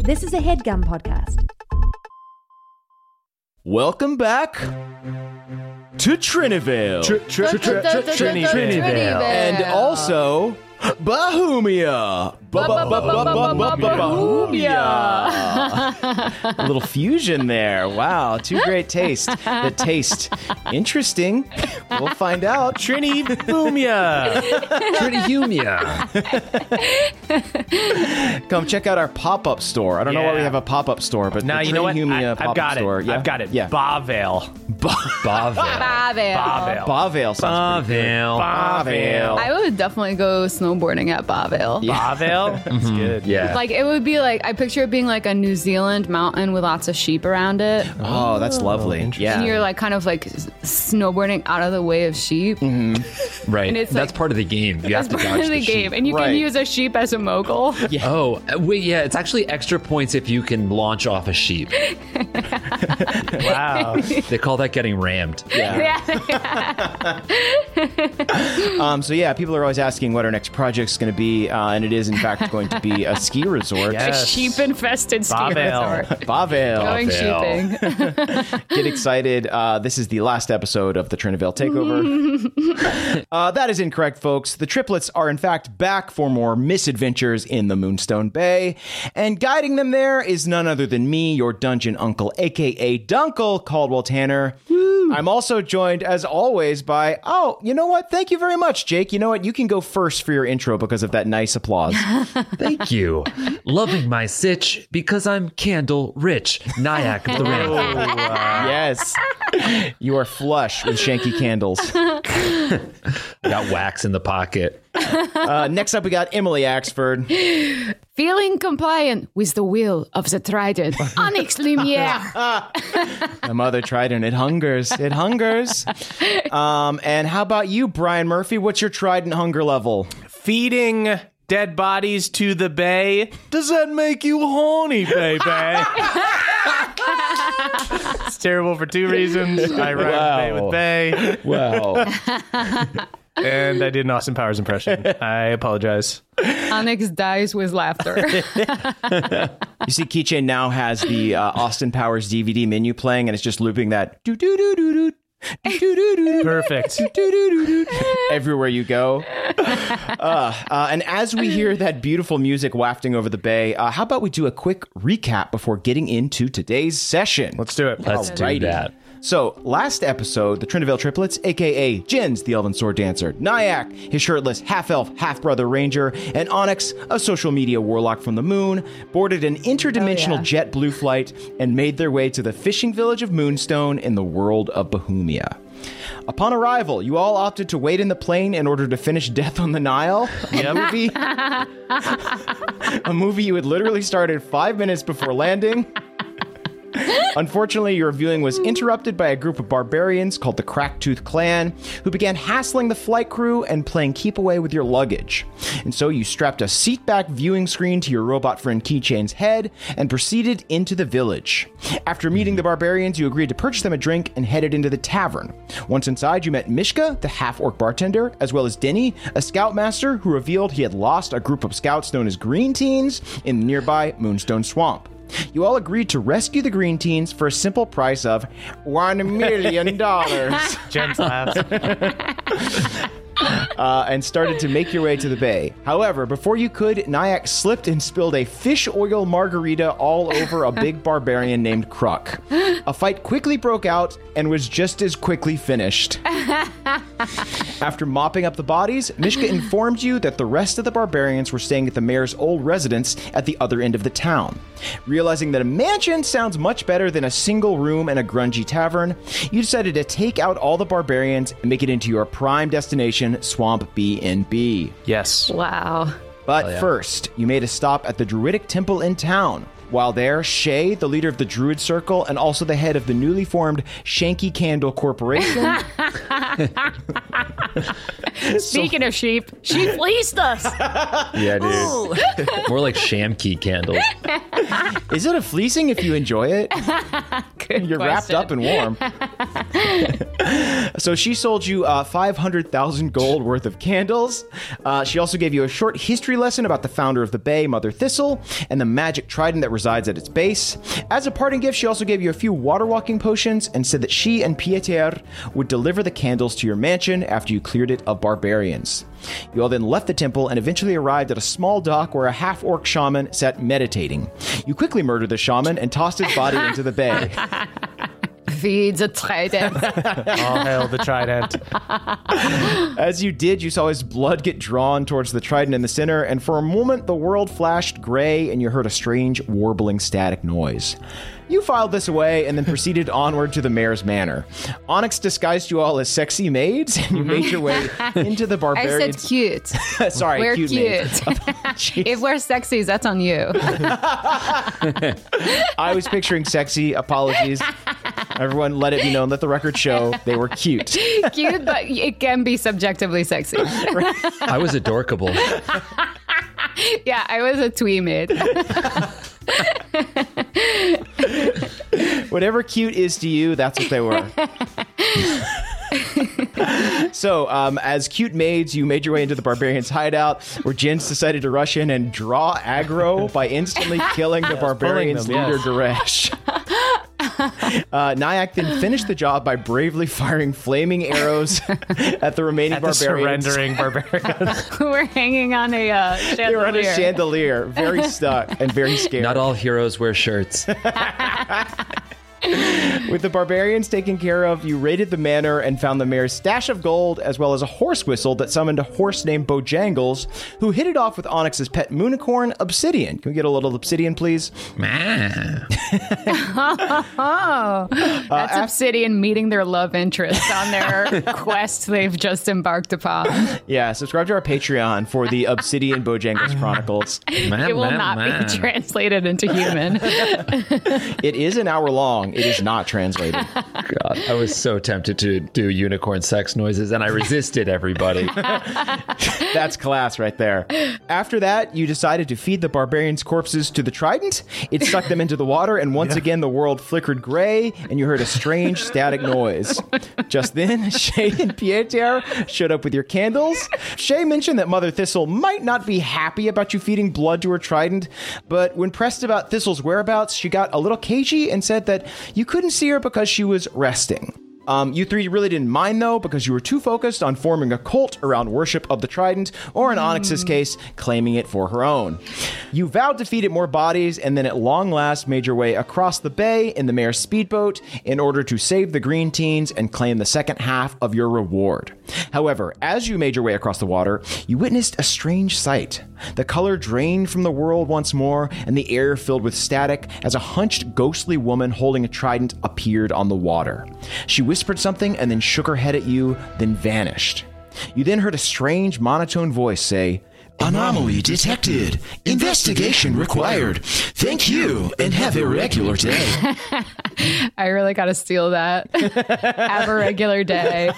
This is a headgum podcast. Welcome back to Trinivale. Trinidad. and also Bahumia. Bahumia. A little fusion there. Wow, two great tastes. The taste interesting. We'll find out. Trini Boomia. Trinihumia. Come check out our pop-up store. I don't know why we Yeah. have a pop-up store, but Now the you know what? I, Trinihumia I've pop-up got it. store. Yeah. I've got it. Yeah. Bavale. Bavale. Bavale. Bavale. Bavale sounds pretty Bavale. Bavale. I would definitely go snowboarding at Bavale. Bavale. That's good. Yeah. Like it would be like I picture it being like a New Zealand mountain with lots of sheep around it. good. Oh, that's lovely. And Yeah. you're like kind of like s- snowboarding out of the way of sheep. right. and it's That's like- part of the game. You That's have to part dodge of the, sheep. game. And you Right. can use a sheep as a mogul. Oh, uh, wait, yeah, it's actually extra points if you can launch off a sheep. Wow. They call that getting rammed. Um, so yeah, people are always asking what our next project's going to be, uh, and it is in fact going to be a ski resort. A Yes. sheep infested ski Bavale. resort. Going Bavale. sheeping. Get excited. Uh, this is the last episode of the Trinivale Takeover. uh, that is incorrect, folks. The triplets are, in fact, back for more misadventures in the Moonstone Bay. And guiding them there is none other than me, your dungeon uncle, aka Dunkle Caldwell Tanner. I'm also joined, as always, by, oh, you know what? Thank you very much, Jake. You know what? You can go first for your intro because of that nice applause. Thank you. Loving my sitch because I'm candle rich. Nyack of the Ring. uh, yes. You are flush with shanky candles. Got wax in the pocket. Uh, next up, we got Emily Axford. Feeling compliant with the will of the trident. Onyx Lumiere. My mother tried and it hungers. It hungers. Um, and how about you, Brian Murphy? What's your trident hunger level? Feeding dead bodies to the bay. Does that make you horny, baby? it's terrible for two reasons. I rhymed Wow. bay with bay, Well, and I did an Austin Powers impression. I apologize. Onyx dies with laughter. you see, Keychain now has the uh, Austin Powers DVD menu playing, and it's just looping that do do do do do do do do Perfect. everywhere you go. Uh, uh, and as we hear that beautiful music wafting over the bay, uh, how about we do a quick recap before getting into today's session? Let's do it. Let's Alrighty. do that. So, last episode, the Trinivale triplets, aka Jens, the Elven Sword Dancer, Nyack, his shirtless half elf, half brother ranger, and Onyx, a social media warlock from the moon, boarded an interdimensional jet blue flight and made their way to the fishing village of Moonstone in the world of Bohemia. Upon arrival, you all opted to wait in the plane in order to finish Death on the Nile, a movie, a movie you had literally started five minutes before landing. Unfortunately, your viewing was interrupted by a group of barbarians called the Cracktooth Clan, who began hassling the flight crew and playing keep away with your luggage. And so you strapped a seatback viewing screen to your robot friend Keychain's head and proceeded into the village. After meeting the barbarians, you agreed to purchase them a drink and headed into the tavern. Once inside, you met Mishka, the half orc bartender, as well as Denny, a scoutmaster who revealed he had lost a group of scouts known as Green Teens in the nearby Moonstone Swamp. You all agreed to rescue the Green Teens for a simple price of one million dollars, Jen's laughs. uh, and started to make your way to the bay. However, before you could, Nyack slipped and spilled a fish oil margarita all over a big barbarian named Kruk. A fight quickly broke out and was just as quickly finished. After mopping up the bodies, Mishka informed you that the rest of the barbarians were staying at the mayor's old residence at the other end of the town. Realizing that a mansion sounds much better than a single room and a grungy tavern, you decided to take out all the barbarians and make it into your prime destination, Swamp B&B. Yes. wow. But first, you made a stop at the Druidic Temple in town. While there, Shay, the leader of the Druid Circle and also the head of the newly formed Shanky Candle Corporation, Speaking of sheep, she fleeced us. Yeah, dude. More like shamkey candles. is it a fleecing if you enjoy it? Good You're wrapped question. up and warm. so she sold you uh, 500,000 gold worth of candles. Uh, she also gave you a short history lesson about the founder of the Bay, Mother Thistle, and the magic trident that resides at its base. As a parting gift, she also gave you a few water walking potions and said that she and Pieter would deliver the candles to your mansion after you cleared it of barbarians. You all then left the temple and eventually arrived at a small dock where a half orc shaman sat meditating. You quickly murdered the shaman and tossed his body into the bay. Feeds a trident. All hail the trident. As you did, you saw his blood get drawn towards the trident in the center, and for a moment the world flashed gray and you heard a strange warbling static noise. You filed this away and then proceeded onward to the mayor's manor. Onyx disguised you all as sexy maids, and you made your way into the Mm-hmm. I said barbarians. cute. Sorry, We're cute, maids. cute. if we're sexy, that's on you. I was picturing sexy. Apologies. Everyone, let it be known. Let the record show they were cute. cute, but it can be subjectively sexy. I was adorkable. yeah, I was a twee mid. Whatever cute is to you, that's what they were. so, um, as cute maids, you made your way into the barbarians' hideout, where Jens decided to rush in and draw aggro by instantly killing the barbarians' pulling them, leader, Goresh. Uh, Nyack then finished the job by bravely firing flaming arrows at the remaining At the barbarians. surrendering barbarian. We're hanging on a uh, chandelier. They were on a chandelier, very stuck and very scared. Not all heroes wear shirts. With the barbarians taken care of, you raided the manor and found the mayor's stash of gold, as well as a horse whistle that summoned a horse named Bojangles, who hit it off with Onyx's pet Moonicorn, Obsidian. Can we get a little Obsidian, please? That's Uh, Obsidian meeting their love interest on their quest they've just embarked upon. Yeah, subscribe to our Patreon for the Obsidian Bojangles Chronicles. It will not be translated into human. It is an hour long, it is not translated. God, I was so tempted to do unicorn sex noises, and I resisted everybody. That's class right there. After that, you decided to feed the barbarians' corpses to the trident. It sucked them into the water, and once again, the world flickered gray, and you heard a strange static noise. Just then, Shay and Pieter showed up with your candles. Shay mentioned that Mother Thistle might not be happy about you feeding blood to her trident, but when pressed about Thistle's whereabouts, she got a little cagey and said that you couldn't see her because she was resting. Um, you three really didn't mind though, because you were too focused on forming a cult around worship of the Trident, or in Onyx's case, claiming it for her own. You vowed to feed it more bodies, and then at long last made your way across the bay in the mayor's speedboat in order to save the green teens and claim the second half of your reward. However, as you made your way across the water, you witnessed a strange sight. The color drained from the world once more, and the air filled with static as a hunched, ghostly woman holding a trident appeared on the water. She whispered something and then shook her head at you, then vanished. You then heard a strange, monotone voice say, Anomaly detected. Investigation required. Thank you and have a regular day. I really got to steal that. Have a regular day.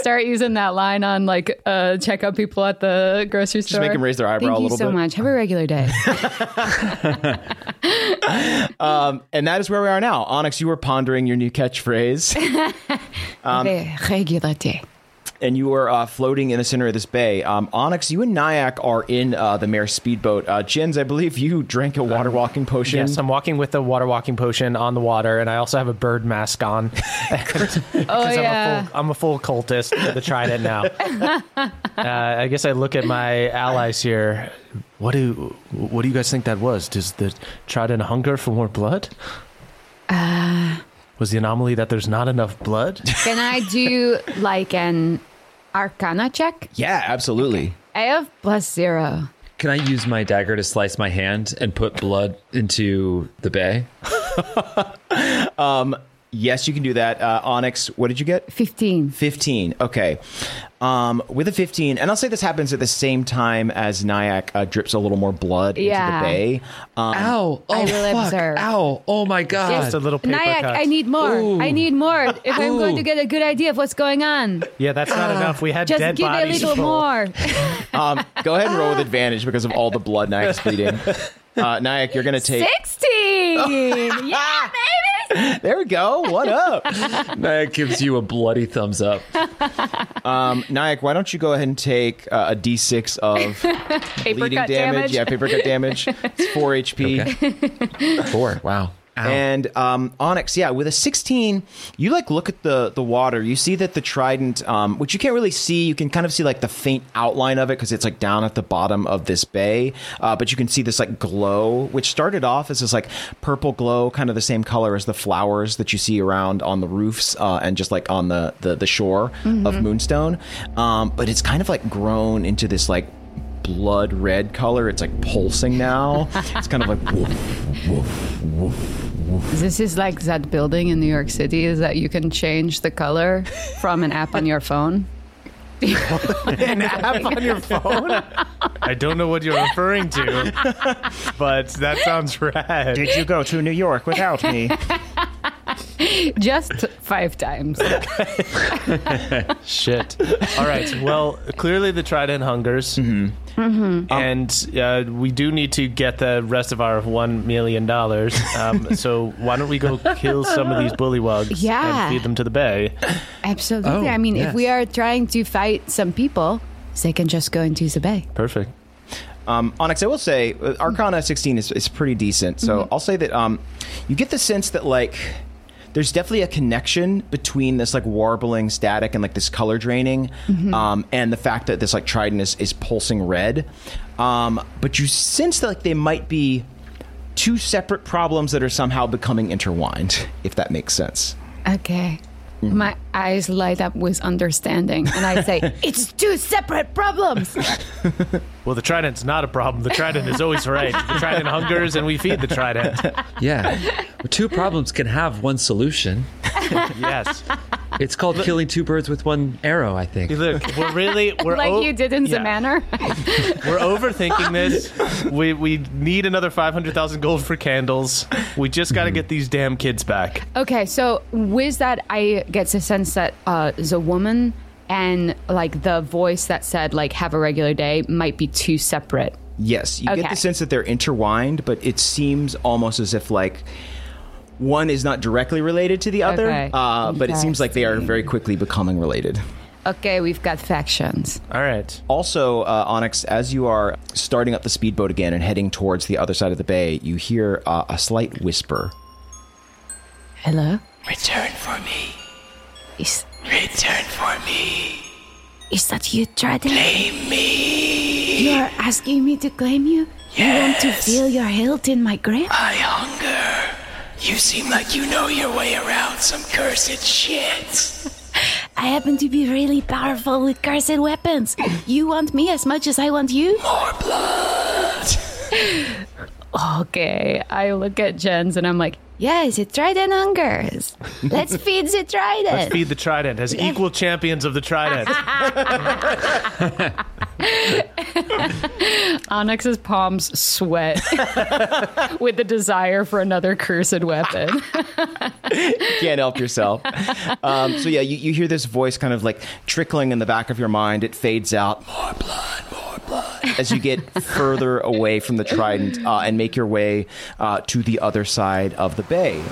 Start using that line on like uh, check out people at the grocery store. make 'em raise their eyebrow Thank a you little so bit. much. Have a regular day. and that is where we are now. Onyx, you were pondering your new catchphrase. Have Um, a regular day. and you are uh, floating in the center of this bay. Um, Onyx, you and Nyack are in uh, the mayor's speedboat. Uh, Jens, I believe you drank a water walking potion. Yes, I'm walking with the water walking potion on the water, and I also have a bird mask on. Oh Because yeah. I'm, a full, I'm a full cultist to try it now. uh, I guess I look at my allies here. What do what do you guys think that was? Does the trident hunger for more blood? Uh, Uh, was the anomaly that there's not enough blood? Can I do like an arcana check? yeah, absolutely. I have plus zero. Can I use my dagger to slice my hand and put blood into the bay? Yes, you can do that. Uh, Onyx, what did you get? 15. 15. Okay. Um, with a 15, and I'll say this happens at the same time as Nyack uh, drips a little more blood Yeah. into the bay. Um, Ow! Oh I will fuck! observe. Ow! Oh my god! Just a little paper Nyack, cut. I need more. I need more if I'm going Ooh. to get a good idea of what's going on. Yeah, that's not enough. We had Uh, Just dead give bodies. a little full. more. um, go ahead and roll with advantage because of all the blood Nyak's bleeding. Uh, Nyack, you're going to take. 16! yeah, baby! There we go. What up? That gives you a bloody thumbs up. Um, Nyack, why don't you go ahead and take uh, a d6 of Paper bleeding cut damage. Yeah, paper cut damage. It's 4 HP. Four. Wow. Ow. And um, Onyx, yeah, with a 16, you like look at the the water. You see that the trident, um, which you can't really see, you can kind of see like the faint outline of it because it's like down at the bottom of this bay. Uh, but you can see this like glow, which started off as this like purple glow, kind of the same color as the flowers that you see around on the roofs uh, and just like on the the, the shore of Moonstone. Um, but it's kind of like grown into this like blood red color. It's like pulsing now. it's kind of like. This is like that building in New York City is that you can change the color from an app on your phone. An app on your phone? I don't know what you're referring to, but that sounds rad. Did you go to New York without me? Just five times. Shit. All right. Well, clearly the trident hungers, mm-hmm. Um, and uh, we do need to get the rest of our one million dollars. Um, so why don't we go kill some of these bullywugs Yeah. and feed them to the bay? Absolutely. Oh, I mean, if yes. we are trying to fight some people, they can just go into the bay. Perfect. Um, Onyx, I will say, uh, Arcana 16 is, is pretty decent. So I'll say that um, you get the sense that, like, there's definitely a connection between this, like, warbling static and, like, this color draining um, and the fact that this, like, trident is, is pulsing red. Um, but you sense that, like, they might be two separate problems that are somehow becoming intertwined, if that makes sense. Okay. Mm. My eyes light up with understanding, and I say, It's two separate problems. Well, the trident's not a problem. The trident is always right. The trident hungers, and we feed the trident. Yeah. Well, two problems can have one solution. Yes. It's called killing two birds with one arrow, I think. Look, we're really we're like Oh, o- you did in yeah. Zamanor. We're overthinking this. We we need another five hundred thousand gold for candles. We just Mhm. got to get these damn kids back. Okay, so with that, I get the sense that uh, the woman and like the voice that said like have a regular day might be two separate. Yes, you get Okay. the sense that they're intertwined, but it seems almost as if like one is not directly related to the other, Okay. uh, but it seems like they are very quickly becoming related. Okay, we've got factions. All right. Also, uh, Onyx, as you are starting up the speedboat again and heading towards the other side of the bay, you hear uh, a slight whisper. Hello, Return for me. is Return for me. is that you, Trident? Blame me. You are asking me to claim you. You want to feel your hilt in my grip? I hunger. You seem like you know your way around some cursed shit. I happen to be really powerful with cursed weapons. You want me as much as I want you? More blood. okay. I look at Jens and I'm like, Yes, it Trident hungers. Let's feed the Trident. Feed the trident as equal champions of the trident. Onyx's palms sweat with the desire for another cursed weapon. can't help yourself. Um, so yeah, you, you hear this voice kind of like trickling in the back of your mind. It fades out. More blood, more blood. As you get further away from the trident uh, and make your way uh, to the other side of the bay.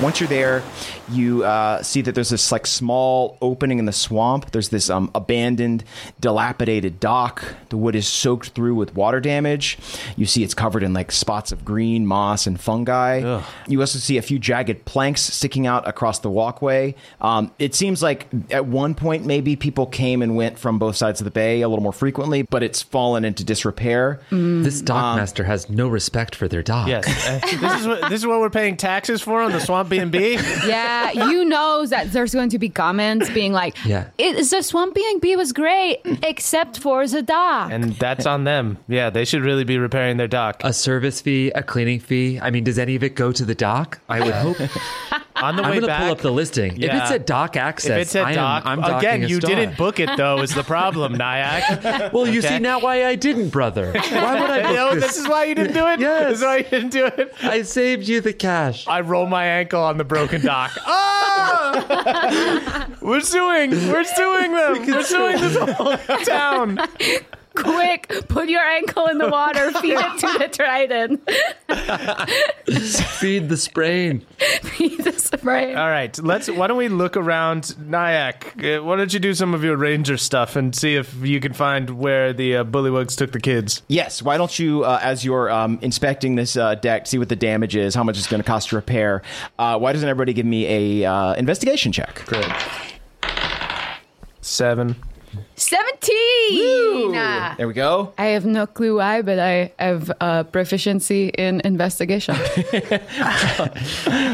Once you're there, you uh, see that there's this like small opening in the swamp. There's this um, abandoned, dilapidated dock. The wood is soaked through with water damage. You see it's covered in like spots of green moss and fungi. You also see a few jagged planks sticking out across the walkway. Um, it seems like at one point maybe people came and went from both sides of the bay a little more frequently, but it's fallen into disrepair. This dockmaster has no respect for their dock. yes. Uh, this is what this is what we're paying taxes for on the swamp B and B. yeah, you know that there's going to be comments being like, Yeah. It, the Swamp B&B was great, except for the dock. And that's on them. Yeah, they should really be repairing Uh, their dock. A service fee, a cleaning fee. I mean, does any of it go to the dock? I would hope. On the I'm way gonna back, pull up the listing. If Yeah. it's at Doc Access, if it's at I am, Doc, I'm docking again, a you star. didn't book it though. Is the problem, Nyack? Well, you Okay. see now why I didn't, brother. Why would I No, book this this? is why you didn't do it. Yes. This is why you didn't do it. I saved you the cash. I roll my ankle on the broken dock. Ah! We're suing. We're suing them. We're suing this whole town. Quick, put your ankle in the water, feed it to the trident. Feed the sprain. Feed the spray. All right, let's. Why don't we look around, Nyack? Uh, why don't you do some of your ranger stuff and see if you can find where the uh, bullywugs took the kids? Yes. Why don't you, uh, as you're um, inspecting this uh, deck, see what the damage is, how much it's going to cost to repair? Uh, why doesn't everybody give me a uh, investigation check? Great. Seven. 17! There we go. I have no clue why, but I have uh, proficiency in investigation. I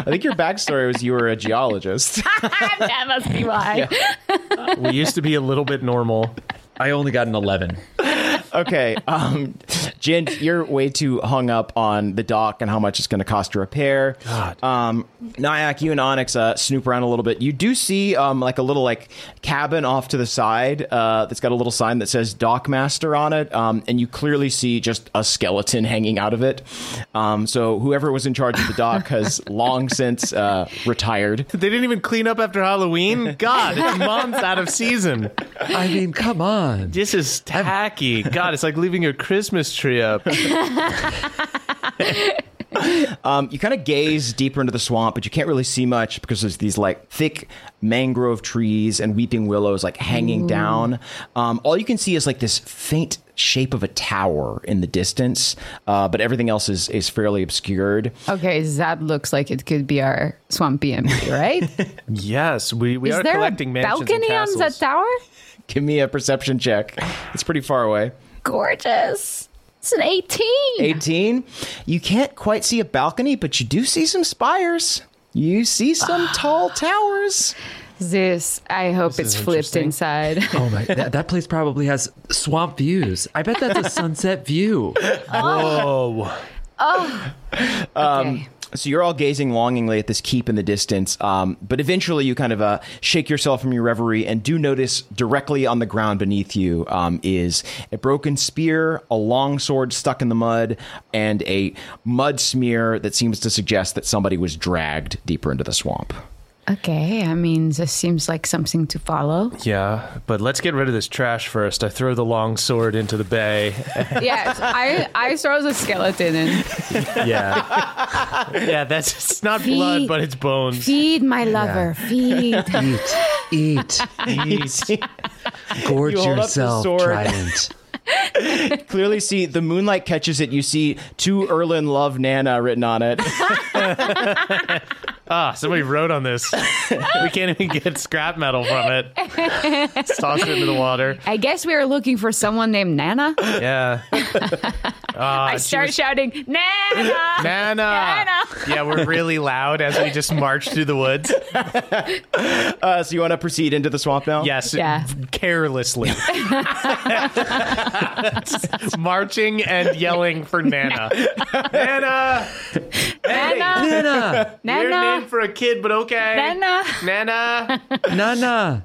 think your backstory was you were a geologist. that must be why. We used to be a little bit normal. I only got an 11. okay. Um, Jin, you're way too hung up on the dock and how much it's going to cost to repair. God. Um, Nyack, you and Onyx uh, snoop around a little bit. You do see um, like a little like cabin off to the side uh, that's got a little sign that says Dock Master on it, um, and you clearly see just a skeleton hanging out of it. Um, so whoever was in charge of the dock has long since uh, retired. They didn't even clean up after Halloween. God, it's months out of season. I mean, come on. This is tacky. God, it's like leaving your Christmas tree up. Um, you kind of gaze deeper into the swamp, but you can't really see much because there's these like thick mangrove trees and weeping willows like hanging down. Um, all you can see is like this faint shape of a tower in the distance, uh, but everything else is is fairly obscured. Okay, that looks like it could be our swamp BMP, right? Yes, we, we Is are there a collecting mansions and balcony on the castles. tower? Give me a perception check. It's pretty far away. Gorgeous. It's an 18. 18. You can't quite see a balcony, but you do see some spires. You see some tall towers. This, I hope is it's flipped interesting. inside. Oh my, that, that place probably has swamp views. I bet that's a sunset view. Whoa. okay. So you're all gazing longingly at this keep in the distance, um, but eventually you kind of uh, shake yourself from your reverie and do notice directly on the ground beneath you um, is a broken spear, a long sword stuck in the mud, and a mud smear that seems to suggest that somebody was dragged deeper into the swamp. Okay, I mean, this seems like something to follow. Yeah, but let's get rid of this trash first. I throw the long sword into the bay. yes, I, I throw the skeleton in. Yeah. yeah, that's it's not blood, but it's bones. Feed my lover, feed. Eat, eat, eat. Gorge You hold up the yourself, sword. Trident. Clearly, see the moonlight catches it. You see to Erlin love Nana written on it. Ah, somebody wrote on this. we can't even get scrap metal from it. Just toss it into the water. I guess we were looking for someone named Nana. Yeah. I start shouting, Nana! Nana. Yeah, we're really loud as we just march through the woods. Uh, so you want to proceed into the swamp now? Yes, Yeah. carelessly. Marching and yelling for Nana. Nana! Nana, Nana, weird name Nana! for a kid, but okay. Nana! Nana, Nana.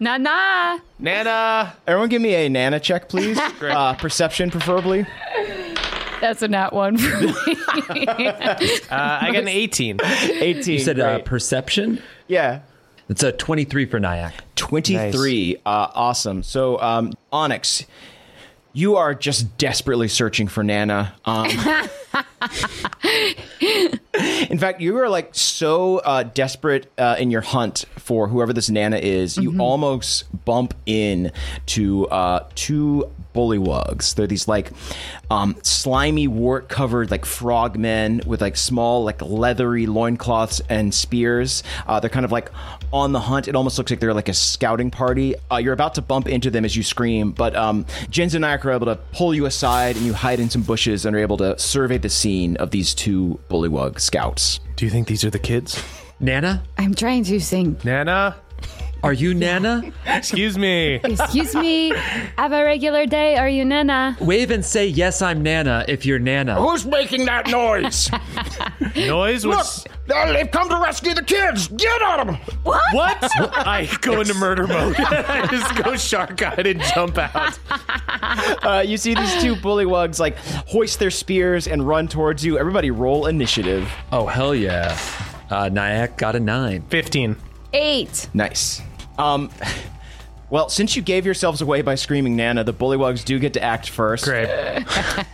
Nana! Nana. Everyone, give me a Nana check, please. Great. Uh, perception, preferably. That's a nat one for me. Uh, I got an 18. 18. You said uh, Great. perception? yeah. It's a 23 for Nyack. 23 uh, awesome so um, onyx you are just desperately searching for nana um, in fact you are like so uh, desperate uh, in your hunt for whoever this nana is you almost bump in to uh, two bullywugs they're these like um, slimy wart covered like frogmen with like small like leathery loincloths and spears uh, they're kind of like on the hunt it almost looks like they're like a scouting party uh, you're about to bump into them as you scream but um, jens and i are able to pull you aside and you hide in some bushes and are able to survey the scene of these two bullywug scouts Do you think these are the kids? Nana, I'm trying to sing. Nana, are you Nana? excuse me. Excuse me, have a regular day. Are you Nana? Wave and say, yes, I'm Nana if you're Nana. Who's making that noise? Noise Look, was. uh, they've come to rescue the kids. Get on them. What? I go into murder mode. I just go shark eyed and jump out. Uh, you see these two bullywugs like hoist their spears and run towards you. Everybody, roll initiative. Oh, hell yeah. Uh, Nyack got a nine. 15. Eight. Nice. Um, well, since you gave yourselves away by screaming Nana, the bullywugs do get to act first. Great.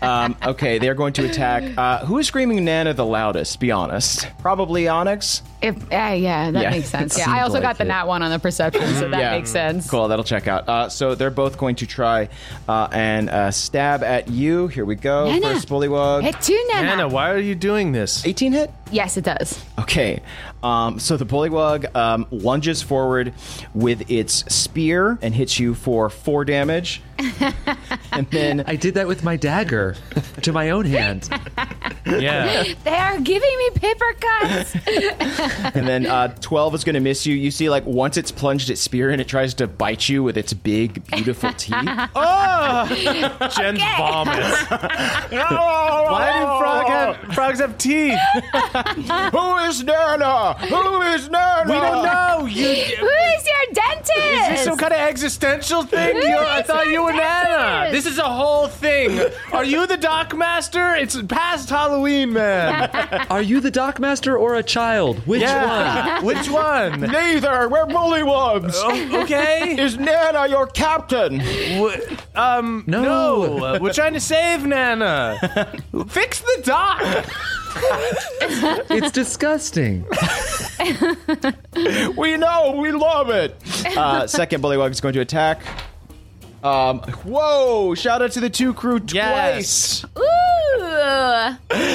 Um, okay, they're going to attack. Uh, who is screaming Nana the loudest? Be honest. Probably Onyx. If, uh, yeah, that Yeah. makes sense. It Yeah, I seemed also like got the it. nat one on the perception, so that Yeah. makes sense. Cool, that'll check out. Uh, so they're both going to try uh, and uh, stab at you. Here we go. Nana. First bullywug. Hey, two nana. Anna, why are you doing this? 18 hit? Yes, it does. Okay, um, so the bullywug um, lunges forward with its spear and hits you for four damage, and then I did that with my dagger to my own hand. Yeah. They are giving me paper cuts. and then uh, twelve is going to miss you. You see, like once it's plunged its spear and it tries to bite you with its big, beautiful teeth. Jen's vomits. Why Why do frog have, frogs have teeth? Who is Nana? Who is Nana? We don't know. You, Who is your dentist? is this some kind of existential thing? You, I is thought your you were Nana. dentist? This is a whole thing. Are you the doc master? It's past Halloween, man. Are you the dock master or a child? Which one? Yeah. Which one? Oh. Neither. We're bullywugs. O- okay. Is Nana your captain? W- Um, No. no. Uh, We're trying to save Nana. Fix the doc. It's disgusting. We know, we love it. Uh, second bullywug is going to attack. Um, whoa! Shout out to the two crew twice. Yes.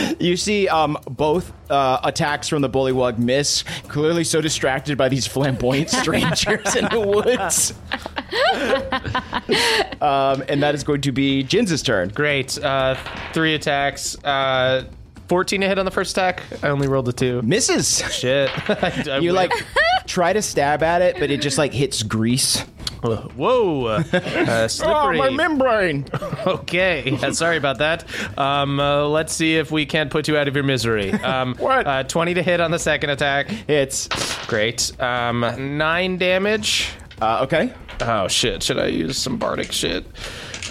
Ooh. You see, um, both uh, attacks from the bullywug miss. Clearly, so distracted by these flamboyant strangers in the woods. um, and that is going to be Jin's turn. Great. Uh, three attacks. Uh, 14 to hit on the first attack. I only rolled a two. Misses. Oh, Shit. I- I You win. like try to stab at it, but it just like hits grease. Whoa. Uh, slippery. Oh, membrane. Okay. Yeah, sorry about that. Um, uh, let's see if we can't put you out of your misery. Um, What? Uh, 20 to hit on the second attack. It's Great. Um, nine damage. uh, okay. Oh, shit. Should I use some bardic shit?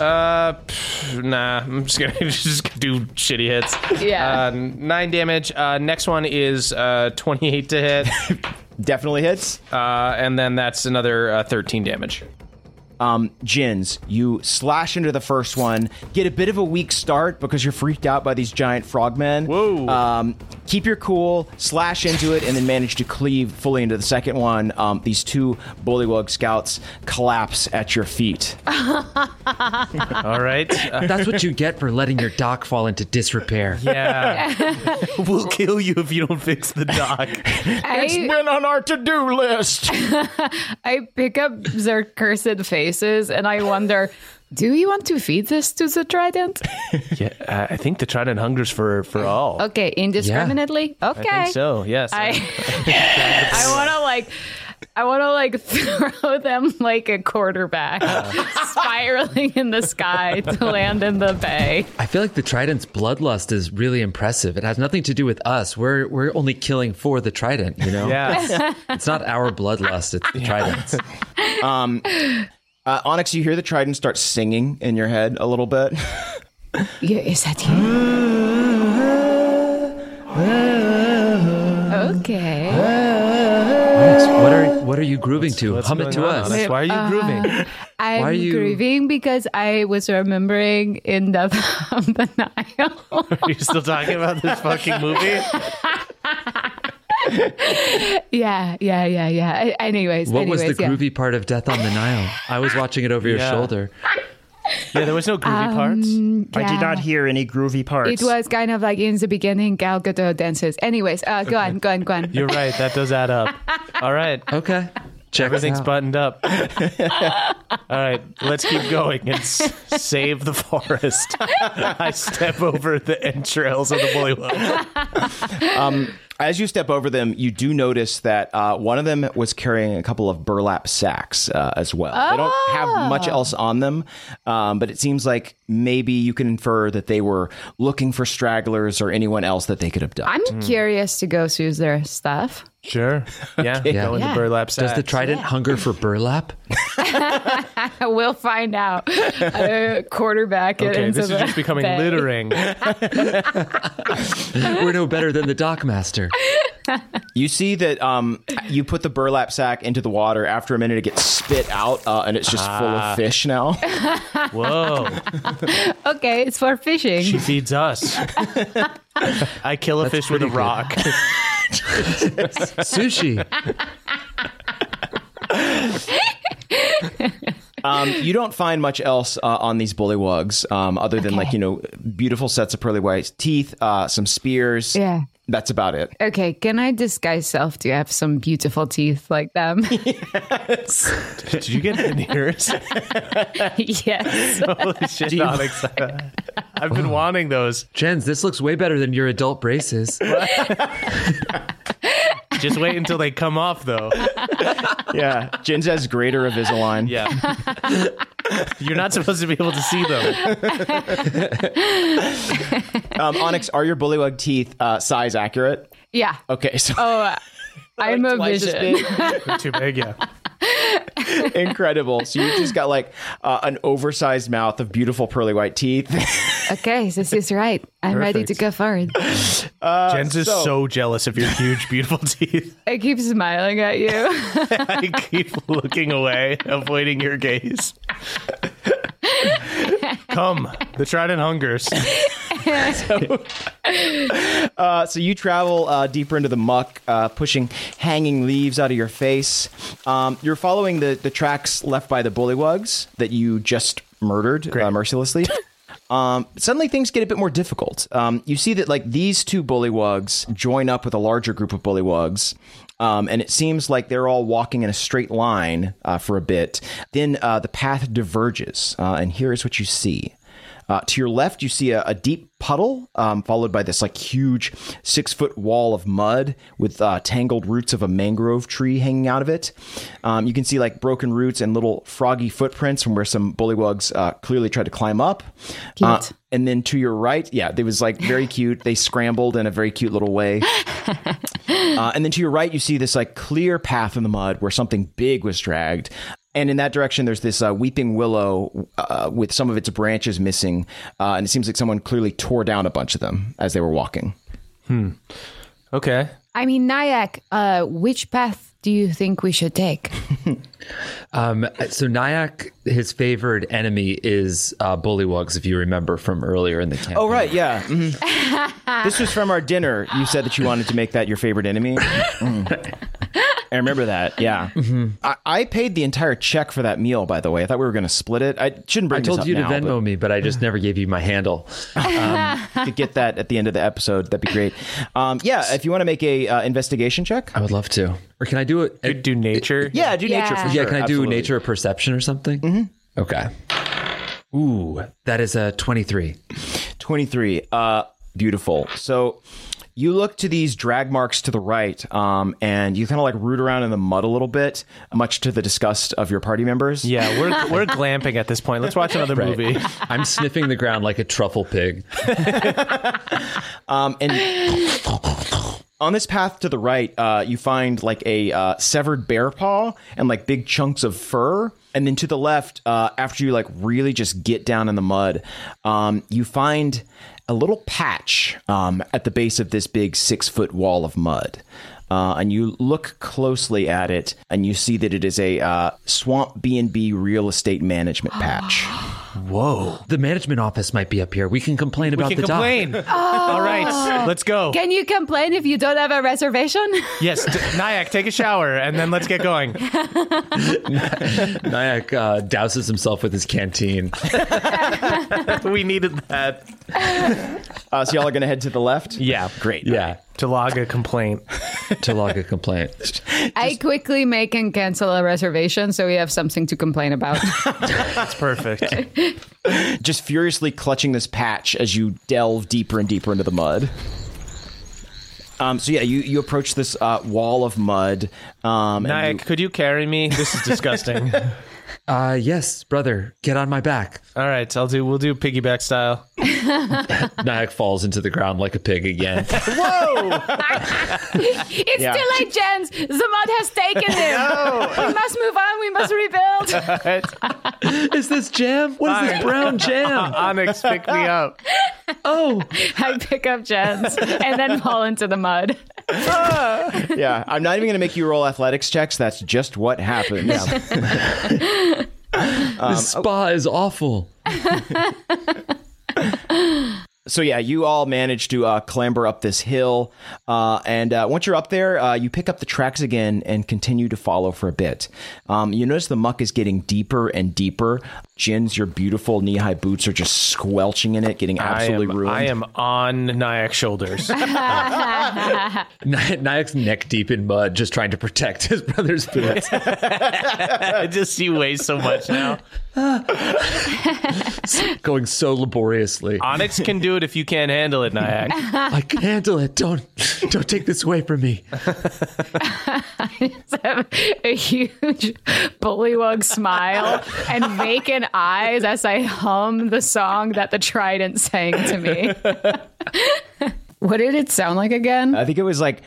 Uh, pff, nah. I'm just going to just do shitty hits. Yeah. Uh, nine damage. Uh, next one is uh, 28 to hit. Definitely hits. Uh, and then that's another uh, 13 damage. um, Jins, you slash into the first one, get a bit of a weak start because you're freaked out by these giant frogmen. Whoa. Um, keep your cool, slash into it, and then manage to cleave fully into the second one. Um, these two bullywug scouts collapse at your feet. All right. Uh, That's what you get for letting your dock fall into disrepair. yeah. we'll kill you if you don't fix the dock. I, Been on our to-do list. I pick up their cursed faces and I wonder, do you want to feed this to the trident? Yeah, I I think the trident hungers for for all. Okay, indiscriminately. Okay. I think so. Yes. I, I want to like, I want to like throw them like a quarterback, spiraling in the sky to land in the bay. I feel like the Trident's bloodlust is really impressive. It has nothing to do with us. We're we're only killing for the Trident, you know? yes. It's not our bloodlust, it's the Trident's. Uh, Onyx, you hear the trident start singing in your head a little bit. Yeah, is that you? Okay. Alex, what are what are you grooving to? What's Hum it going to on? us. That's- why are you grooving? I'm are you- grieving because I was remembering in the, the Nile. Are you still talking about this fucking movie? yeah, yeah, yeah, yeah. A- Anyways, What was anyways, the yeah. groovy part of Death on the Nile? I was watching it over your Yeah. shoulder. Yeah, there was no groovy parts. I Um, Yeah. did not hear any groovy parts. It was kind of like in the beginning, Gal Gadot dances. Anyways, uh, go on, go on, go on. You're right. That does add up. All right. Okay. Check it Everything's out. buttoned up. All right, let's keep going and s- save the forest. I step over the entrails of the bullywug. Um, As you step over them, you do notice that uh, one of them was carrying a couple of burlap sacks uh, as well. They don't have much else on them, um, but it seems like maybe you can infer that they were looking for stragglers or anyone else that they could abduct. I'm Mm. curious to go through their stuff. Sure. Yeah. Go into Yeah. burlap Does sacks. the trident hunger for burlap? I will find out. I quarterback it Okay, into this the is just becoming bay. littering. We're no better than the dockmaster. You see that um, you put the burlap sack into the water. After a minute, it gets spit out, uh, and it's just full of fish now. Whoa. Okay, it's for fishing. She feeds us. I kill a fish with a pretty good. rock. Sushi. Um, you don't find much else uh, on these bullywugs um, other than like you know beautiful sets of pearly white teeth, uh, some spears. Yeah. that's about it. Okay, can I disguise self? Do you have some beautiful teeth like them? Did you get in here? yes. Holy shit, Alex. I've been wanting those. Jens, this looks way better than your adult braces. Just wait until they come off, though. Yeah, Jin's has greater Invisalign. Yeah. You're not supposed to be able to see them. Um, Onyx, are your bullywug teeth uh, size accurate? Yeah. Okay, so Oh, I'm a twice as vision. They're too big, yeah. big. incredible. So you just got like uh, an oversized mouth of beautiful pearly white teeth. okay, this is right. I'm ready to Perfect. go forward. Jens is so- Uh, so, jealous of your huge, beautiful teeth. I keep smiling at you. I keep looking away, avoiding your gaze. Come, the trident hungers. Uh, so you travel uh, deeper into the muck, uh, pushing hanging leaves out of your face. Um, you're following the, the tracks left by the bullywugs that you just murdered uh, mercilessly. Um, suddenly, things get a bit more difficult. Um, you see that like these two bullywugs join up with a larger group of bullywugs, um, and it seems like they're all walking in a straight line uh, for a bit. Then uh, the path diverges, uh, and here is what you see. Uh, to your left, you see a, a deep puddle, um, followed by this like huge six foot wall of mud with uh, tangled roots of a mangrove tree hanging out of it. Um, you can see like broken roots and little froggy footprints from where some bullywugs uh, clearly tried to climb up. Uh, and then to your right, yeah, they was like very cute. They scrambled in a very cute little way. Uh, and then to your right, you see this like clear path in the mud where something big was dragged. And in that direction, there's this uh, weeping willow uh, with some of its branches missing. Uh, and it seems like someone clearly tore down a bunch of them as they were walking. Okay. I mean, Nayak, uh, which path do you think we should take? Um, so Nyack, his favored enemy is uh, bullywugs, if you remember from earlier in the campaign. Oh, right. Yeah. mm-hmm. this was from our dinner. You said that you wanted to make that your favorite enemy. Mm. I remember that. Yeah. Mm-hmm. I-, I paid the entire check for that meal, by the way. I thought we were going to split it. I shouldn't bring I this told up you now, to but- Venmo me, but I just never gave you my handle. could get that at the end of the episode, that'd be great. Um, yeah, if you want to make a uh, investigation check, I would love to. Or can I do it? Could do nature. yeah, do Yeah. nature. For Yeah, sure, yeah, can I do absolutely. nature or perception or something? Mm-hmm. Okay. Ooh, that is a 23. Twenty-three. Uh, beautiful. So. You look to these drag marks to the right, um, and you kind of like root around in the mud a little bit, much to the disgust of your party members. Yeah, we're we're glamping at this point. Let's watch another movie. I'm sniffing the ground like a truffle pig. Um, and on this path to the right, uh, you find like a uh, severed bear paw and like big chunks of fur. And then to the left, uh, after you like really just get down in the mud, um, you find a little patch um, at the base of this big six foot wall of mud. Uh, and you look closely at it, and you see that it is a uh, swamp B and B real estate management patch. The management office might be up here. We can complain We about can the dock. complain. All right, let's go. Can you complain if you don't have a reservation? Yes, t- Nyack, take a shower and then let's get going. Nyack uh, douses himself with his canteen. We needed that Uh, so y'all are gonna head to the left. Yeah. great. Yeah, to log a complaint. to log a complaint. I quickly make and cancel a reservation so we have something to complain about. That's perfect. just furiously clutching this patch as you delve deeper and deeper into the mud. Um, so yeah, you, you approach this uh, wall of mud. Um, and Nyack, could you carry me? This is disgusting. Uh, yes, brother, get on my back. All right, I'll do. We'll do piggyback style. Nyack falls into the ground like a pig again. It's Yeah. too late, Jens. The mud has taken him. We must move on. We must rebuild. is this jam? What is this brown jam? Onyx, pick me up. Oh, I pick up Jens and then fall into the mud. you- yeah, I'm not even going to make you roll athletics checks. That's just what happens. Um, this oh. spa is awful. So yeah, you all manage to uh, clamber up this hill, uh, and uh, once you're up there, uh, you pick up the tracks again and continue to follow for a bit. Um, you notice the muck is getting deeper and deeper. Jins, your beautiful knee-high boots are just squelching in it, getting absolutely I am, ruined. I am on Nyack's shoulders. Ny- Nyack's neck deep in mud, just trying to protect his brother's boots. I just see way so much now. going so laboriously. Onyx can do it if you can't handle it, Nyack. I can handle it. Don't don't take this away from me. have a huge bullywug smile and vacant eyes as I hum the song that the trident sang to me. what did it sound like Mm-hmm. again? I think it was like.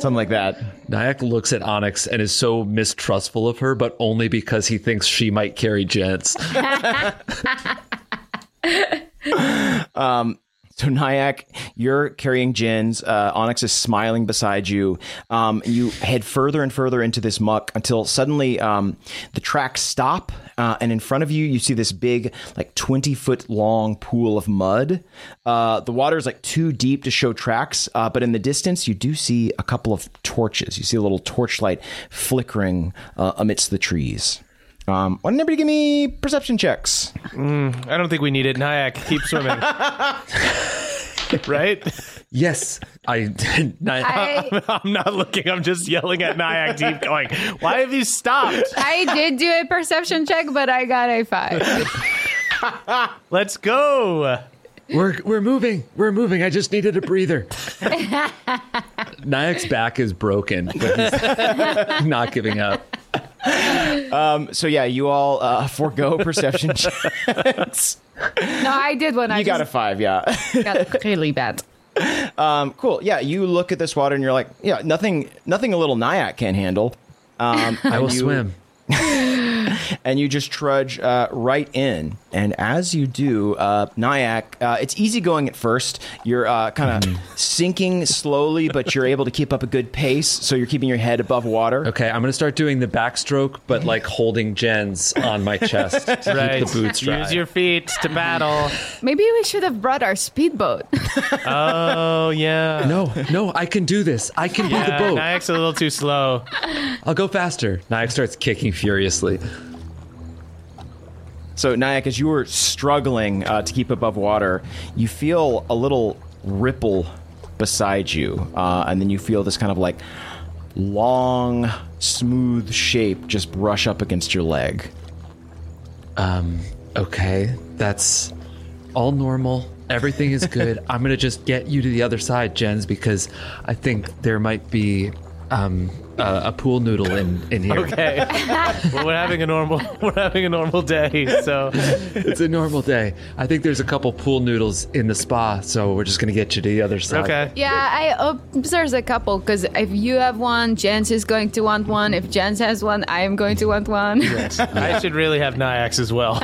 Something like that. Nyack looks at Onyx and is so mistrustful of her, but only because he thinks she might carry gents. So Nyack, you're carrying Jin's. Uh, Onyx is smiling beside you. Um, you head further and further into this muck until suddenly um, the tracks stop, uh, and in front of you, you see this big, like twenty foot long pool of mud. Uh, the water is like too deep to show tracks, uh, but in the distance, you do see a couple of torches. You see a little torchlight flickering uh, amidst the trees. Um, why don't everybody give me perception checks? I don't think we need it. Nyack, keep swimming. right? Yes, I. Nyack, I, I'm not looking. I'm just yelling at Nyack deep, going, "Why have you stopped? I did do a perception check, but I got a five. Let's go." we're we're moving. We're moving. I just needed a breather. Nyack's back is broken, but he's not giving up. So yeah, you all uh, forego perception checks. No, I did one. I You got a just five, yeah. got really bad. Um, cool. Yeah, you look at this water and you're like, yeah, nothing, nothing a little Nyack can handle. Um, I will you- swim. and you just trudge uh, right in. And as you do, uh, Nyack, uh, it's easy going at first. You're uh, kind Mm-hmm. of sinking slowly, but you're able to keep up a good pace. So you're keeping your head above water. Okay, I'm gonna start doing the backstroke, but like holding Jen's on my chest to Right. keep the boots dry. Use your feet to battle. Maybe we should have brought our speedboat. Oh yeah. no, no, I can do this. I can Yeah, do the boat. Nyack's a little too slow. I'll go faster. Nyack starts kicking furiously. So, Nyack, as you were struggling uh, to keep above water, you feel a little ripple beside you. Uh, and then you feel this kind of like long, smooth shape just brush up against your leg. Okay, that's all normal. Everything is good. I'm gonna just get you to the other side, Jens, because I think there might be um, a, a pool noodle in in here. Okay. Well, we're having a normal. We're having a normal day. So It's a normal day. I think there's a couple pool noodles in the spa, so we're just gonna get you to the other side. okay. Yeah, I hope there's a couple because if you have one, Jens is going to want one. If Jens has one, I am going to want one. I should really have Nyack's as well.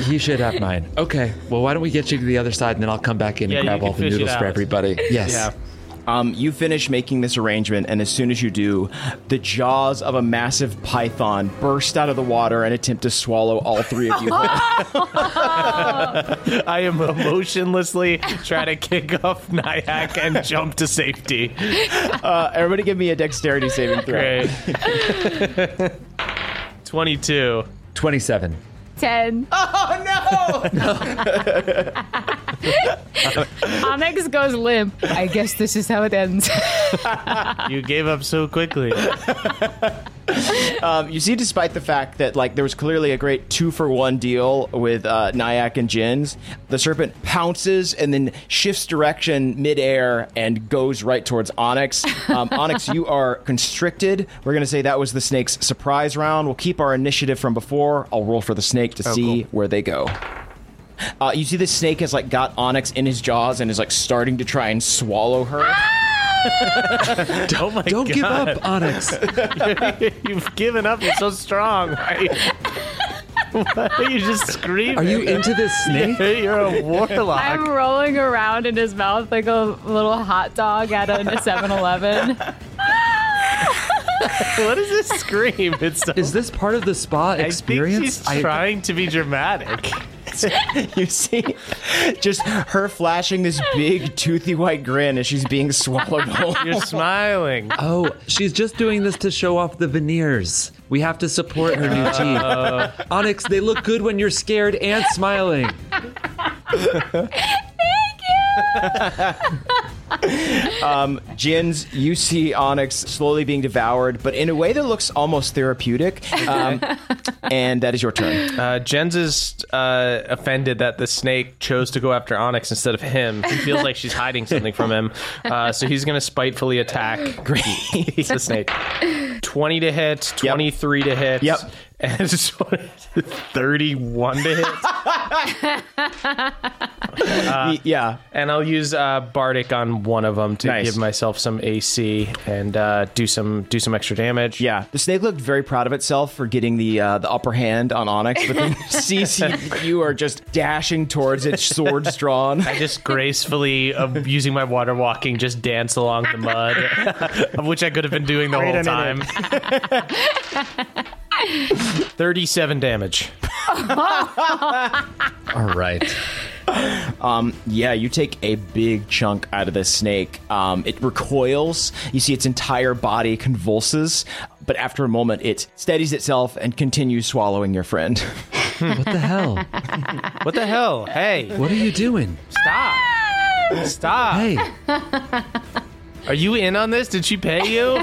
He should have mine. Okay. Well, why don't we get you to the other side, and then I'll come back in Yeah, and you grab can all the fish it noodles for out. everybody. Yes. Yeah. Um, you finish making this arrangement, and as soon as you do, the jaws of a massive python burst out of the water and attempt to swallow all three of you. whole. I am emotionlessly trying to kick off Nyack and jump to safety. uh, everybody, give me a dexterity saving throw. Great. 22. Twenty-seven. Ten. Oh no! Onyx goes limp. I guess this is how it ends. You gave up so quickly. Um, you see, despite the fact that like there was clearly a great two for one deal with uh, Nyack and Jins, the serpent pounces and then shifts direction midair and goes right towards Onyx. Um, Onyx, you are constricted. We're gonna say that was the snake's surprise round. We'll keep our initiative from before. I'll roll for the snake to see where they go. Uh, you see, this snake has like got Onyx in his jaws and is like starting to try and swallow her. Oh my Don't give God. up, Onyx. You've given up. You're so strong. Why are you just screaming? Are you into this snake? You're a warlock. I'm rolling around in his mouth like a little hot dog at a 7 Eleven. What is this scream? It's so, Is this part of the spa I think experience? she's trying to be dramatic. You see, just her flashing this big toothy white grin as she's being swallowed whole. You're smiling. oh, she's just doing this to show off the veneers. We have to support her new teeth. Onyx, they look good when you're scared and smiling. Jins, you see Onyx slowly being devoured, but in a way that looks almost therapeutic. Um, and that is your turn. Uh, Jens is uh, offended that the snake chose to go after Onyx instead of him. He feels like she's hiding something from him, uh, so he's going to spitefully attack. Great, the snake. Twenty to hit, twenty-three to hit. Yep. and thirty-one to hit. Y- yeah. And I'll use uh, Bardic on one of them to Nice. give myself some AC and uh, do some do some extra damage. Yeah, the snake looked very proud of itself for getting the uh, the upper hand on Onyx, but then sees you, you are just dashing towards it, swords drawn. just gracefully uh, using my water walking, just dance along the mud, of which I could have been doing the whole time. Thirty-seven damage. All right. Yeah, you take a big chunk out of this snake. Um, it recoils. You see its entire body convulses, but after a moment, it steadies itself and continues swallowing your friend. What the hell? What the hell? Hey, What are you doing? stop! Stop! Hey, Are you in on this? Did she pay you?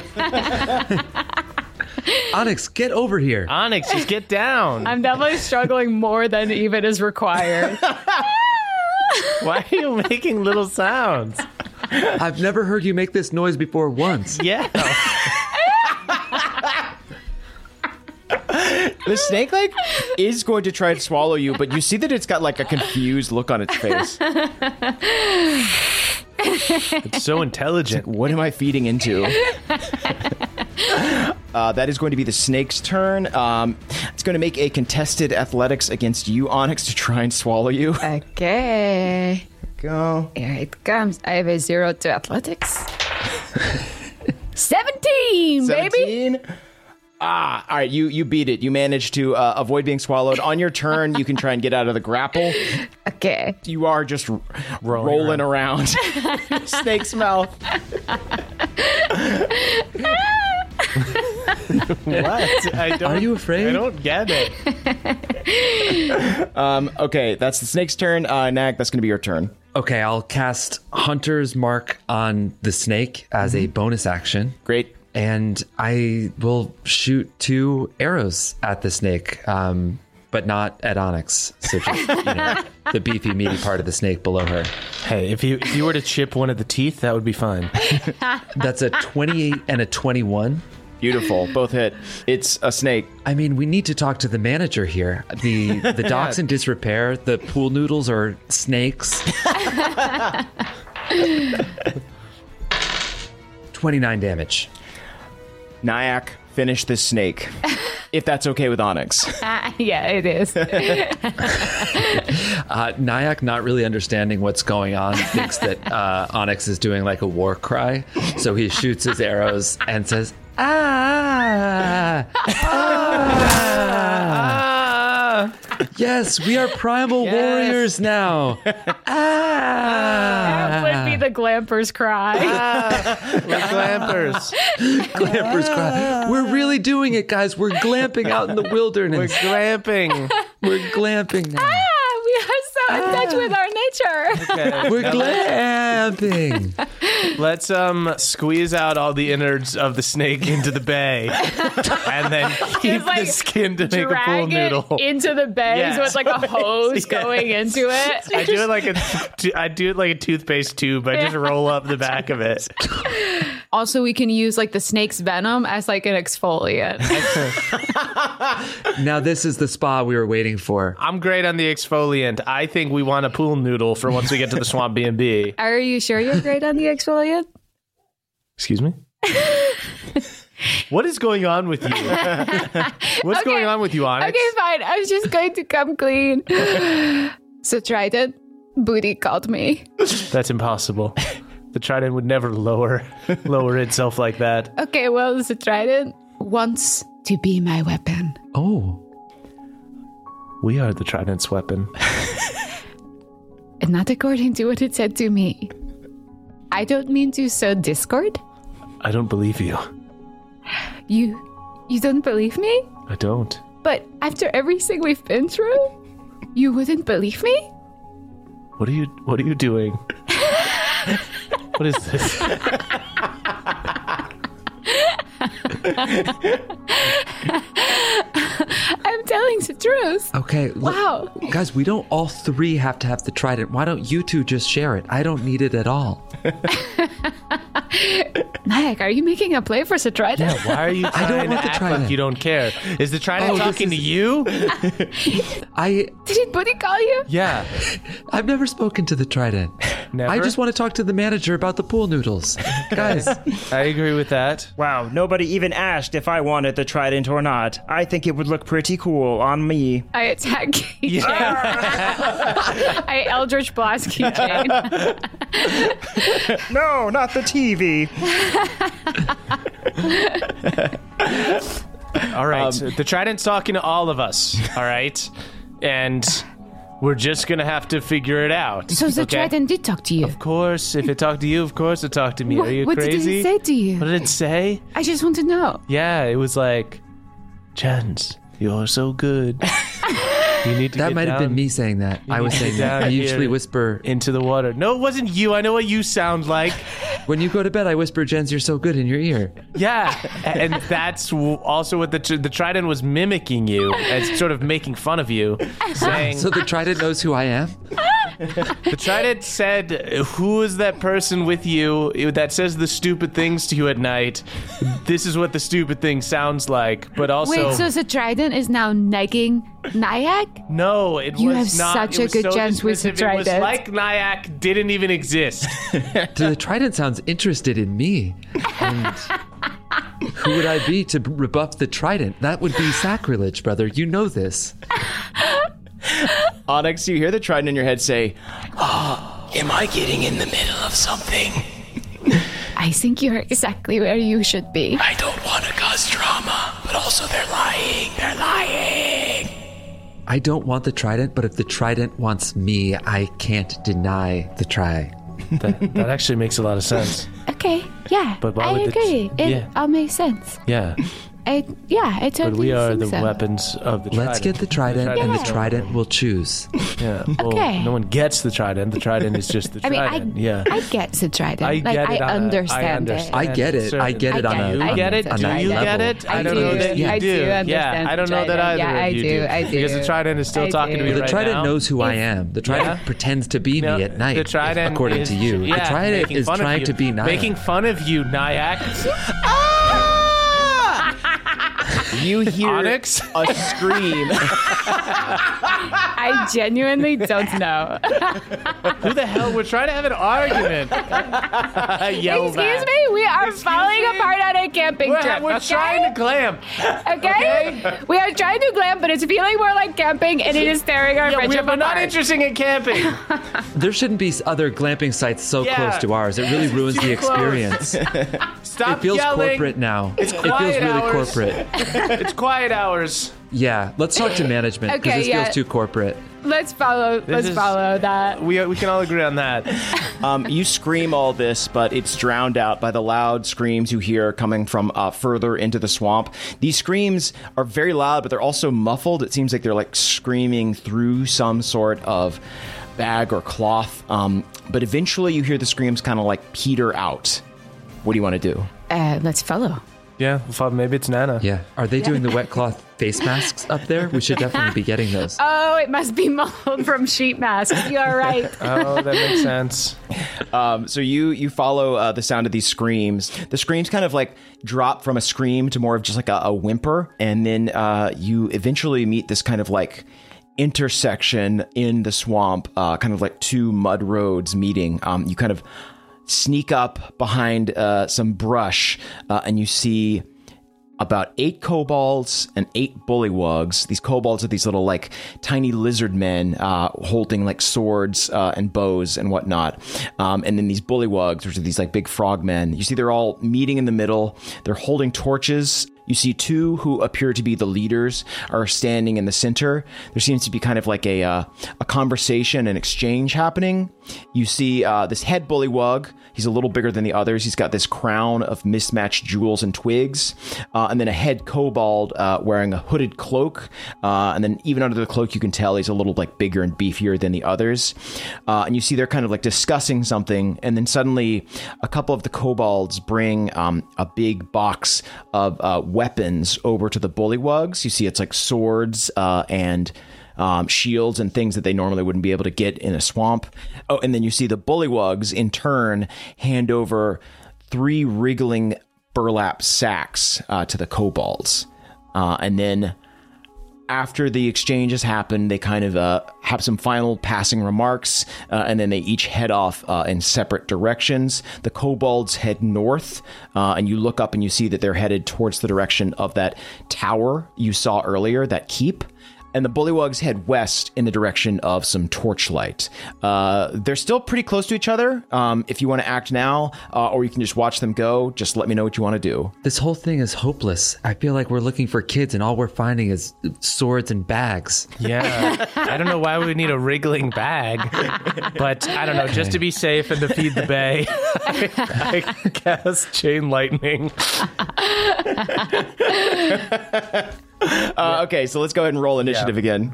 Onyx, get over here. Onyx, just get down! I'm definitely struggling more than even is required. Why are you making little sounds? I've never heard you make this noise before once. Yeah. the snake, like, is going to try and swallow you, but you see that it's got, like, a confused look on its face. It's so intelligent. What am I feeding into? Uh, that is going to be the snake's turn. Um, it's going to make a contested athletics against you, Onyx, to try and swallow you. Okay. Go. Here it comes. I have a zero to athletics. 17, baby. 17. Ah, all right. You you beat it. You managed to uh, avoid being swallowed. On your turn, you can try and get out of the grapple. Okay. You are just r- rolling, around, snake's mouth. What? I don't, Are you afraid? I don't get it. Okay, that's the snake's turn. Uh, Nag, that's going to be your turn. Okay, I'll cast Hunter's Mark on the snake as a bonus action. Great. And I will shoot two arrows at the snake, um, but not at Onyx. So just, you know, the beefy, meaty part of the snake below her. Hey, if you if you were to chip one of the teeth, that would be fine. That's a 28 and a 21. Beautiful. Both hit. It's a snake. I mean, we need to talk to the manager here. The the dock's in disrepair. The pool noodles are snakes. Twenty nine damage. Nyack, finish this snake. if that's okay with Onyx. yeah, it is. Uh, Nyack, not really understanding what's going on, thinks that uh, Onyx is doing like a war cry, so he shoots his arrows and says, "Ah, ah. yes, we are primal warriors now." Ah. That would be the glamper's Ah. cry. Clampers. Glampers cry. We're really doing it, guys. We're glamping out in the We're wilderness. glamping. We're glamping now. Ah, we are so in touch with our nature. Okay. We're glamping. Let's um squeeze out all the innards of the snake into the bay, and then keep like, the skin to make a pool Drag it noodle. into the bed Yeah. so it's like a hose Yeah. going into it. I do it like a, I do it like a toothpaste tube. I just roll up the back of it. Also, we can use like the snake's venom as like an exfoliant. now this is the spa we were waiting for. I'm great on the exfoliant. I think we want a pool noodle for once we get to the swamp B and B. Are you sure you're great on the exfoliant? Excuse me. what is going on with you? What's going on with you, Onyx? Okay, fine. I was just going to come clean. so Trident, booty called me. That's impossible. The trident would never lower lower itself like that. Okay, well, the Trident wants to be my weapon. Oh, We are the trident's weapon. And not according to what it said to me. I don't mean to sow discord. I don't believe you. You you don't believe me? I don't. But after everything we've been through, you wouldn't believe me? What are you what are you doing? what is this? I'm telling the truth. okay. look- Wow. Guys, we don't all three have to have the trident. Why don't you two just share it? I don't need it at all. Nayak, are you making a play for the Trident? Yeah, why are you trying don't to want the act like trident. you don't care? Is the trident Oh, this talking to is- you? I Did it booty call you? Yeah. I've never spoken to the trident. Never. I just want to talk to the manager about the pool noodles. Guys, I agree with that. Wow, nobody even asked if I wanted the trident or not. I think it would look pretty cool on me. I attack KJ. I Eldritch Blast KJ. No, not the TV. All right. um, so the trident's talking to all of us. All right. And we're just going to have to figure it out. So the okay? trident did talk to you. Of course. If it talked to you, of course it talked to me. Are you what did it crazy? say to you? What did it say? I just want to know. Yeah, it was like, Jens, you're so good. You need to that get might have been down me saying that. I was need to saying get that. I down usually here. whisper into the water. No, it wasn't you. I know what you sound like. when you go to bed. I whisper, "Jens, you're so good in your ear." Yeah, and that's w- also what the tr- the trident was mimicking you and sort of making fun of you, saying So the trident knows who I am. the trident said, "Who is that person with you that says the stupid things to you at night? This is what the stupid thing sounds like." But also, Wait, so the trident is now nagging Nayak? no, it You have was not. such it a was good so chance with the dismissive. It was trident. like Nyack didn't even exist. The trident sounds interested in me. And who would I be to rebuff the trident? That would be sacrilege, brother. You know this. Onyx, you hear the trident in your head say, Am I getting in the middle of something? I think you're exactly where you should be. I don't want to cause drama, but also they're lying. They're lying. I don't want the trident, but if the trident wants me, I can't deny the try. that, that actually makes a lot of sense. Okay, yeah. But why I would the agree. tr- it yeah. all makes sense. Yeah, I, yeah, I totally but we are think the so. weapons of the. Let's trident. get the trident, and the Yeah. trident will choose. Yeah. Well, Okay. Oh, No one gets the trident. The trident is just the I mean, trident. I, yeah. I get the trident. I like, get it I, on a- I understand understand. I And get it. I certain- get I it on get a. it. I You on get a- it? on Do a you get level. it? I I don't do. know that you I do Yeah, understand I don't know that either trident. Yeah, of I you do, I do. Because the trident is still I talking do. to me The right trident now. knows who I am. The trident Yeah. pretends to be No, me at night. The trident, according is- to you, yeah, the trident making is fun of trying you. to be Naya. making fun of you, Nyack. Ah! You hear Onyx? a scream. I genuinely don't know. Who the hell? We're trying to have an argument. Yell Excuse back. me, we are falling Oh, me? apart on a camping We're, trip. we're okay? trying to glam. okay? we are trying to glam, but it's feeling more like camping, and it is tearing our Yeah, we- friendship we're apart. not interesting in camping. There shouldn't be s- other glamping sites so Yeah. close to ours. It really ruins the Too close. experience. it Stop feels yelling. corporate now. It's it feels quiet really hours. corporate. It's quiet hours. Yeah, let's talk to management because Okay, this yeah. feels too corporate. let's follow. let's is- follow that. We, we can all agree on that. Um, you scream all this, but it's drowned out by the loud screams you hear coming from uh, further into the swamp. These screams are very loud, but they're also muffled. It seems like they're like screaming through some sort of bag or cloth. Um, but eventually, you hear the screams kind of like peter out. What do you want to do? Uh, let's follow. Yeah, well, maybe it's Nana. Yeah. Are they doing the wet cloth face masks up there? We should definitely be getting those. Oh, it must be muffled from sheet mask. You're right. Oh, that makes sense. Um, so you you follow uh, the sound of these screams. The screams kind of like drop from a scream to more of just like a, a whimper, and then uh, you eventually meet this kind of like intersection in the swamp, uh, kind of like two mud roads meeting. Um, you kind of sneak up behind uh, some brush, uh, and you see about eight kobolds and eight bullywugs. These kobolds are these little like tiny lizard men uh, holding like swords uh, and bows and whatnot. Um, and then these bullywugs, which are these like big frogmen. You see, they're all meeting in the middle. They're holding torches. You see two who appear to be the leaders are standing in the center. There seems to be kind of like a uh, a conversation, an exchange happening. You see uh, this head bullywug. He's a little bigger than the others. He's got this crown of mismatched jewels and twigs, uh, and then a head kobold uh, wearing a hooded cloak. Uh, and then even under the cloak, you can tell he's a little like bigger and beefier than the others. Uh, and you see they're kind of like discussing something, and then suddenly a couple of the kobolds bring um, a big box of uh, weapons over to the bullywugs. You see it's like swords uh, and um, shields and things that they normally wouldn't be able to get in a swamp. Oh, and then you see the bullywugs in turn hand over three wriggling burlap sacks uh, to the kobolds. Uh, and then after the exchange has happened, they kind of uh, have some final passing remarks, uh, and then they each head off uh, in separate directions. The kobolds head north, uh, and you look up and you see that they're headed towards the direction of that tower you saw earlier, that keep. And the bullywugs head west in the direction of some torchlight. Uh, they're still pretty close to each other. Um, if you want to act now, uh, or you can just watch them go, just let me know what you want to do. This whole thing is hopeless. I feel like we're looking for kids and all we're finding is swords and bags. Yeah. I don't know why we need a wriggling bag, but I don't know, just to be safe and to feed the bay, I, I guess chain lightning. Uh, okay, so let's go ahead and roll initiative again.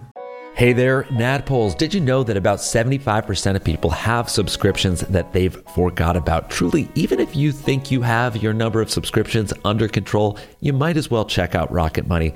Hey there, Nadpoles. Did you know that about 75% of people have subscriptions that they've forgot about? Truly, even if you think you have your number of subscriptions under control, you might as well check out Rocket Money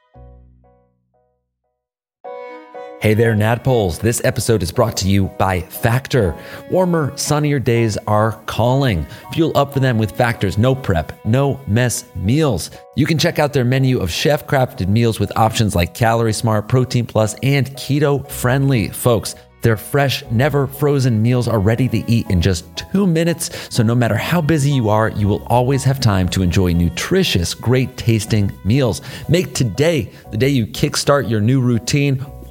Hey there, Nadpoles. This episode is brought to you by Factor. Warmer, sunnier days are calling. Fuel up for them with Factor's no prep, no mess meals. You can check out their menu of chef crafted meals with options like Calorie Smart, Protein Plus, and Keto Friendly, folks. Their fresh, never frozen meals are ready to eat in just two minutes. So, no matter how busy you are, you will always have time to enjoy nutritious, great tasting meals. Make today the day you kickstart your new routine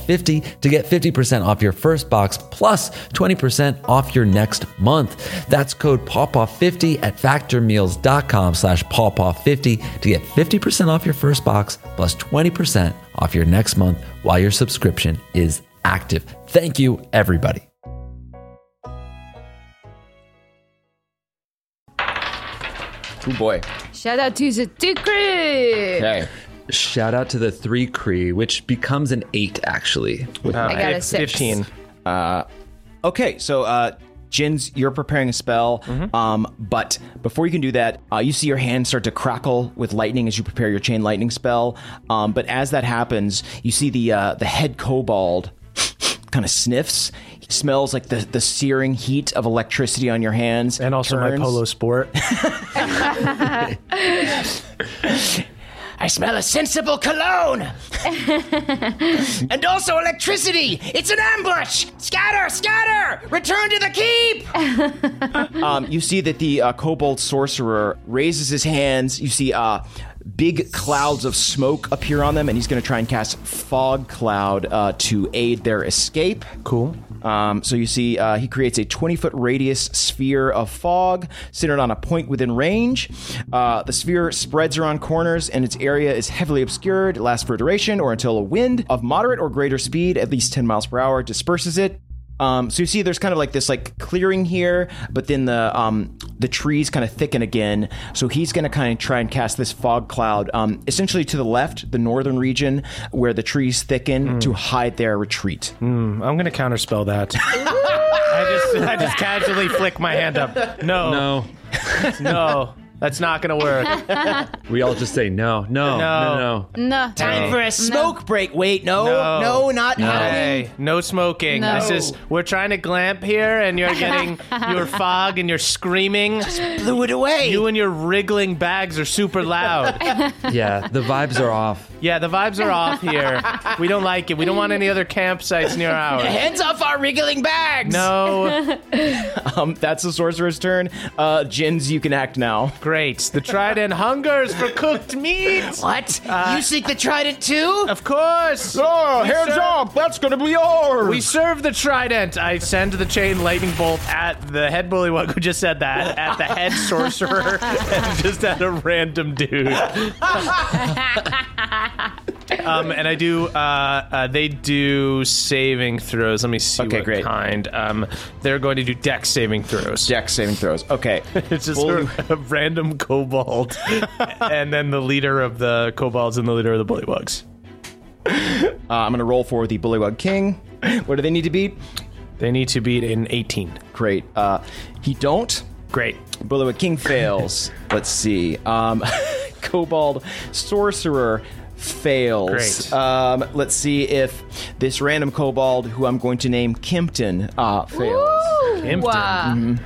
to get 50% off your first box plus 20% off your next month. That's code pawpaw50 at factormeals.com slash pawpaw50 to get 50% off your first box plus 20% off your next month while your subscription is active. Thank you, everybody. Oh boy. Shout out to the two crew. Okay. Shout out to the three Cree, which becomes an eight actually. I got a six. Fifteen. Uh, okay, so uh, Jins, you're preparing a spell, Mm-hmm. um, but before you can do that, uh, you see your hand start to crackle with lightning as you prepare your chain lightning spell. Um, but as that happens, you see the uh, the head kobold kind of sniffs. He Smells like the, the searing heat of electricity on your hands, And also turns. my polo sport. I smell a sensible cologne. and also electricity. It's an ambush. Scatter, scatter. Return to the keep. um, you see that the uh, kobold sorcerer raises his hands. You see uh, big clouds of smoke appear on them, and he's going to try and cast fog cloud uh, to aid their escape. Cool. Um, so you see, uh, he creates a 20 foot radius sphere of fog centered on a point within range. Uh, the sphere spreads around corners, and its area is heavily obscured. It lasts for a duration or until a wind of moderate or greater speed, at least 10 miles per hour, disperses it. Um, so you see, there's kind of like this like clearing here, but then the um, the trees kind of thicken again. So he's going to kind of try and cast this fog cloud, um, essentially to the left, the northern region where the trees thicken to hide their retreat. I'm gonna counterspell that. I just I just casually flick my hand up. No, no, No, that's not gonna work. we all just say no, no, no, No. no. No. Time for a smoke break. Wait, no, no, No. not having. Hey, no smoking. No. This is we're trying to glamp here, and you're getting your fog and you're screaming. Blew it away. You and your wriggling bags are super loud. Yeah, the vibes are off. Yeah, the vibes are off here. We don't like it. We don't want any other campsites near ours. Hands off our wriggling bags. No, Um, that's the sorcerer's turn. Uh, Jins, you can act now. great. The trident hungers for cooked meat. What? you seek the trident too? Of course. Oh, hands sir. off. That's going to be ours. We serve the trident. I send the chain lightning bolt at the head bullywug who just said that, at the head sorcerer, and just at a random dude. um, and I do. Uh, uh, they do saving throws. Let me see Okay, what great. kind. Um, they're going to do deck saving throws. Jack saving throws. Okay. It's just a, a random kobold, and then the leader of the kobolds and the leader of the bullywugs. Uh, I'm going to roll for the Bullywug King. What do they need to beat? They need to beat an 18. Great. Uh, he don't. Great. Bullywug King fails. Let's see. Um, Kobold Sorcerer fails. Great. Um, let's see if this random kobold, who I'm going to name Kimpton, uh, fails. Empty.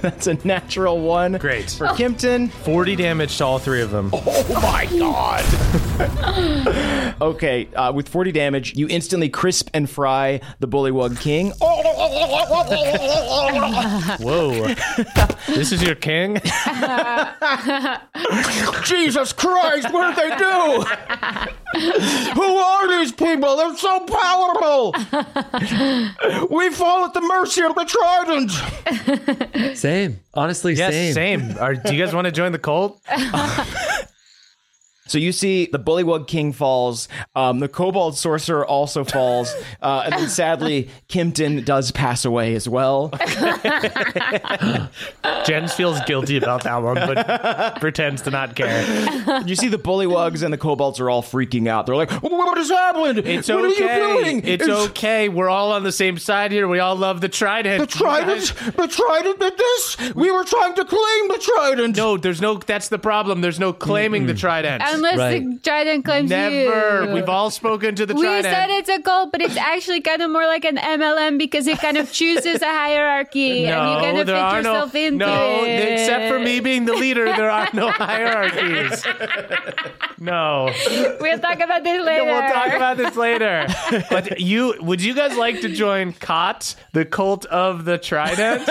That's a natural one. Great. For Kimpton. 40 damage to all three of them. Oh my god. okay, uh, with 40 damage, you instantly crisp and fry the Bullywug King. Whoa. this is your king? Jesus Christ, what did they do? Who are these people? They're so powerful. we fall at the mercy of the Trident. Same, honestly, Yes, same. same. Are, do you guys want to join the cult? So you see the Bullywug King falls. Um, the Kobold Sorcerer also falls. Uh, and then sadly, Kimpton does pass away as well. Jens feels guilty about that one, but pretends to not care. You see the Bullywugs and the Kobolds are all freaking out. They're like, what has happened? It's what okay. are you doing? It's, okay. We're all on the same side here. We all love the trident. The Trident, the Trident did this. We were trying to claim the Trident. No, there's no. That's the problem. There's no claiming the trident. I'm Unless the trident claims you. Never. We've all spoken to the we trident. said it's a goal, but it's actually kind of more like an MLM because it kind of chooses a hierarchy and you No, kind of fit there are no. yourself into no, it. except for me being the leader, there are no hierarchies. No, We'll talk about this later. we'll talk about this later. But you, would you guys like to join COT, the cult of the trident?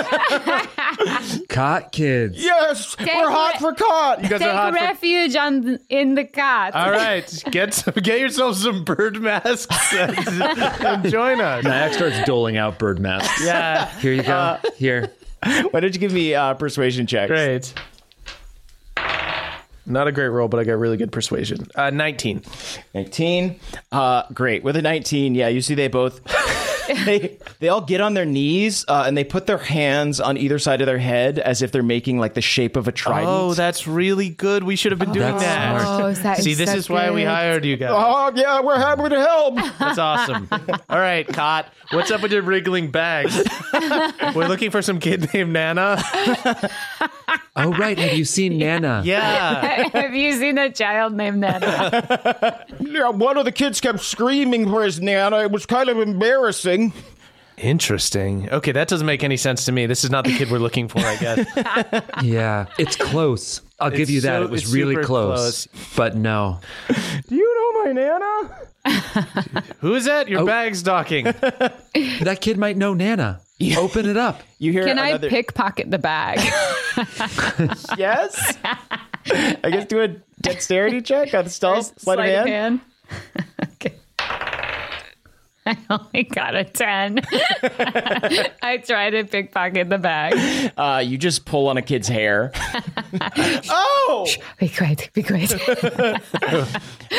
Cot kids. Yes, we're hot re- for caught. You guys are hot Take for- refuge on in the cot. All right, get some, get yourself some bird masks and, and join us. Nyack starts doling out bird masks. Yeah, Uh, Here you go. Here. Why don't you give me uh, persuasion checks? great. Not a great roll, but I got really good persuasion. Uh, Nineteen. 19 uh great with a 19 yeah you see they both they they all get on their knees uh, and they put their hands on either side of their head as if they're making like the shape of a trident Oh, that's really good. We should have been doing That's that. smart. Oh, that See, this so is why we good. hired you guys. Oh, yeah we're happy to help That's awesome. All right, Cot, what's up with your wriggling bags? We're looking for some kid named Nana. Oh, right. Have you seen Nana? Yeah. Have you seen a child named Nana? yeah, one of the kids kept screaming for his nana it was kind of embarrassing Interesting. Okay, that doesn't make any sense to me. This is not the kid we're looking for, I guess. Yeah. It's close. I'll give It's you that. so- it was it's really super close, But no. do you know my nana Who is that? Your Oh. bag's docking. That kid might know Nana. Open it up. you hear Can another I pickpocket the bag? yes i guess do a dexterity check on stealth sleight of Sleight Oh, hand okay. I only got a 10. I tried to pickpocket the bag. uh you just pull on a kid's hair oh Be great. Be great.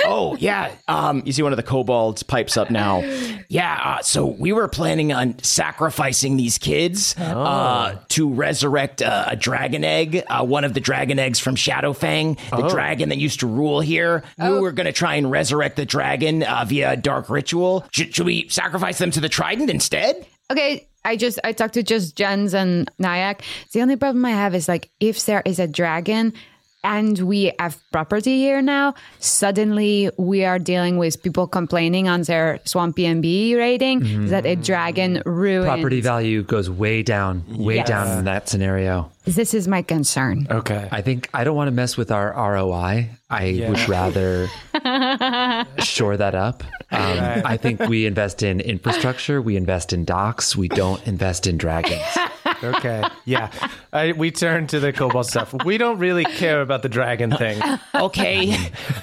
Oh yeah. Um, you see one of the kobolds pipes up now. Yeah. Uh, so we were planning on sacrificing these kids uh, to resurrect uh, a dragon egg, uh, one of the dragon eggs from Shadowfang, the dragon that used to rule here. Oh. We were going to try and resurrect the dragon uh, via a dark ritual. Should, should we sacrifice them to the trident instead? Okay, I just I talked to just Jens and Nyack. The only problem I have is like if there is a dragon and we have property here now, suddenly we are dealing with people complaining on their swampy MB rating Mm-hmm. that a dragon ruined. Property value goes way down, way down in that scenario. This is my concern. Okay. I think I don't want to mess with our ROI. I would rather shore that up. Um, I think we invest in infrastructure, we invest in docks, we don't invest in dragons. Okay. Yeah. I, we turn to the kobold stuff. We don't really care about the dragon thing. Okay.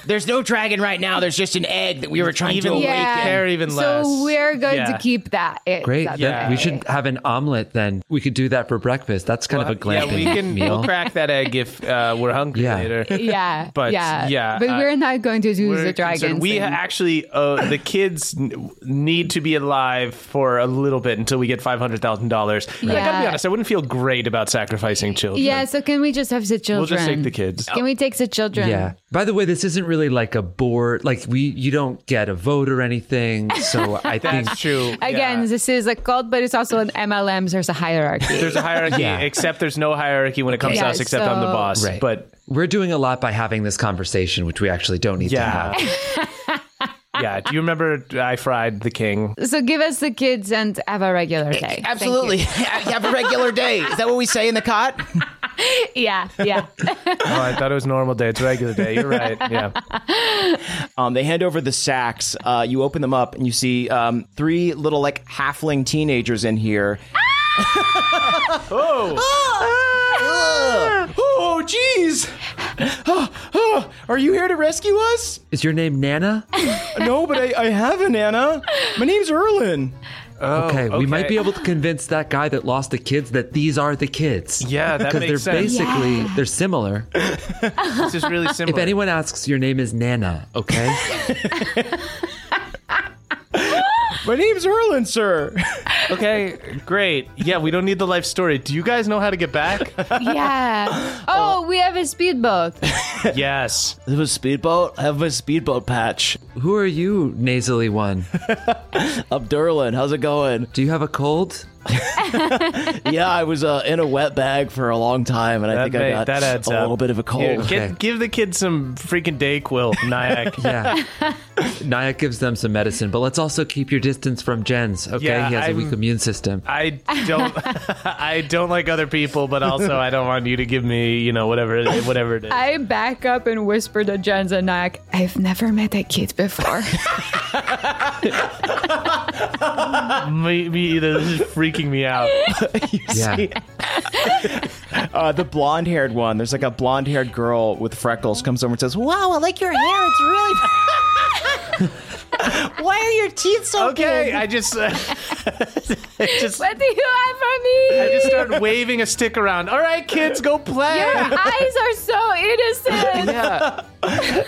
There's no dragon right now. There's just an egg that we were trying Even to Yeah. awaken. we care even so less. we're going Yeah. to keep that. It, Great. that Then Yeah. we should have an omelet then. We could do that for breakfast. That's kind of a yeah, glamping we can meal. we'll crack that egg if uh, we're hungry Yeah. later. Yeah, But, yeah, yeah, But uh, we're not going to do We're the dragon. concerned. We thing. ha- actually, uh, the kids n- need to be alive for a little bit until we get five hundred thousand dollars. I gotta be Yeah. honest, I wouldn't feel great about sacrificing children. yeah. So can we just have the children? we'll just take the kids. Can we take the children? Yeah. By the way, this isn't really like a board. Like we, you don't get a vote or anything. So I think That's true. Again, Yeah. this is a cult, but it's also an MLM. There's a hierarchy. there's a hierarchy, except there's no hierarchy when it comes to Yeah, us. Except I'm the so- boss, Right. but we're doing a lot by having this conversation, which we actually don't need to have. yeah. Yeah, do you remember I fried the king? so give us the kids and have a regular day. Thank you. Absolutely. Have a regular day. Is that what we say in the cot? Yeah, yeah. Oh, I thought it was normal day. It's regular day. You're right. Yeah. Um, they hand over the sacks. Uh, you open them up and you see um, three little like halfling teenagers in here. Ah! oh! oh, jeez! Oh, oh, are you here to rescue us? Is your name Nana? No, but I, I haven't, Anna. My name's Erlin. okay, we might Oh, okay. be able to convince that guy that lost the kids that these are the kids. Yeah, that because makes they're sense. basically they're similar. This is really If similar. anyone asks, your name is Nana. Okay, My name's Erlin, sir. Okay, great. Yeah, we don't need the life story. Do you guys know how to get back? Yeah. Oh, we have a speedboat. yes. It was speedboat. I have my speedboat patch. Who are you, nasally one? I'm Derlin. How's it going? Do you have a cold? yeah, I was uh, in a wet bag for a long time, and I think I may- got that adds a up. little bit of a cold. Here, get- give the kid some freaking Dayquil, Nyack. Yeah. Naya gives them some medicine, but let's also keep your distance from Jens, okay? Yeah, he has a I'm- weak immune system. I don't. I don't like other people, but also I don't want you to give me, you know, whatever it is, whatever it is. I back up and whisper to Jens and Nyack, I've never met a kid before. me, me either. This is freaking me out. Yeah. Uh, the blonde haired one. There's like a blonde haired girl with freckles comes over and says, Wow, I like your hair. It's really. Why are your teeth so Okay, big? I just, uh, I just, what do you have for me? I just start waving a stick around. All right, kids, go play. Your eyes are so innocent.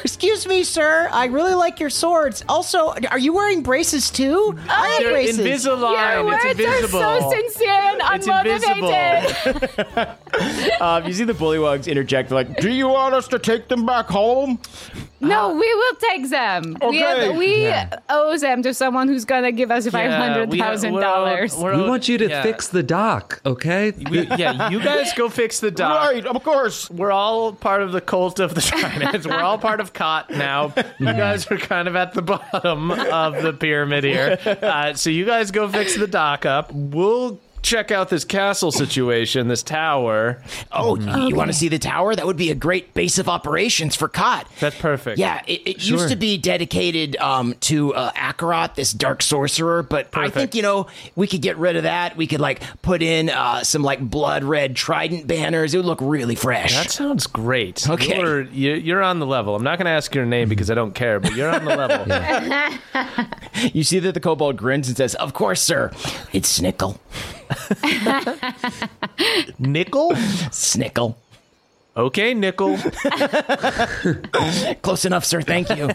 Excuse me, sir. I really like your swords. Also, are you wearing braces too? I like They're Invisalign. Your it's words invisible. are so sincere and It's unmotivated. invisible. Um, you see the bullywugs interject. They're like, Do you want us to take them back home? Ah. No, we will take them. We, have, Okay. we owe them to someone who's gonna give us five hundred thousand dollars. We want you to fix the dock, okay? yeah, you guys go fix the dock. of course. We're all part of the cult of the Trinans. We're all part of Cot now. You guys are kind of at the bottom of the pyramid here. Uh, so you guys go fix the dock up. We'll check out this castle situation, this tower. Oh, you want to see the tower? That would be a great base of operations for Cot. That's perfect. Yeah, it, it used to be dedicated um, to uh, Akarat, this dark sorcerer, but I think, Perfect. you know, we could get rid of that. We could, like, put in uh, some, like, blood red trident banners. It would look really fresh. That sounds great. Okay. You're, you- you're on the level. I'm not going to ask your name because I don't care, but you're on the level. You see that the kobold grins and says, of course, sir. It's Snickle. Nickel? Snickle. Okay, Nickel. Close enough, sir. Thank you.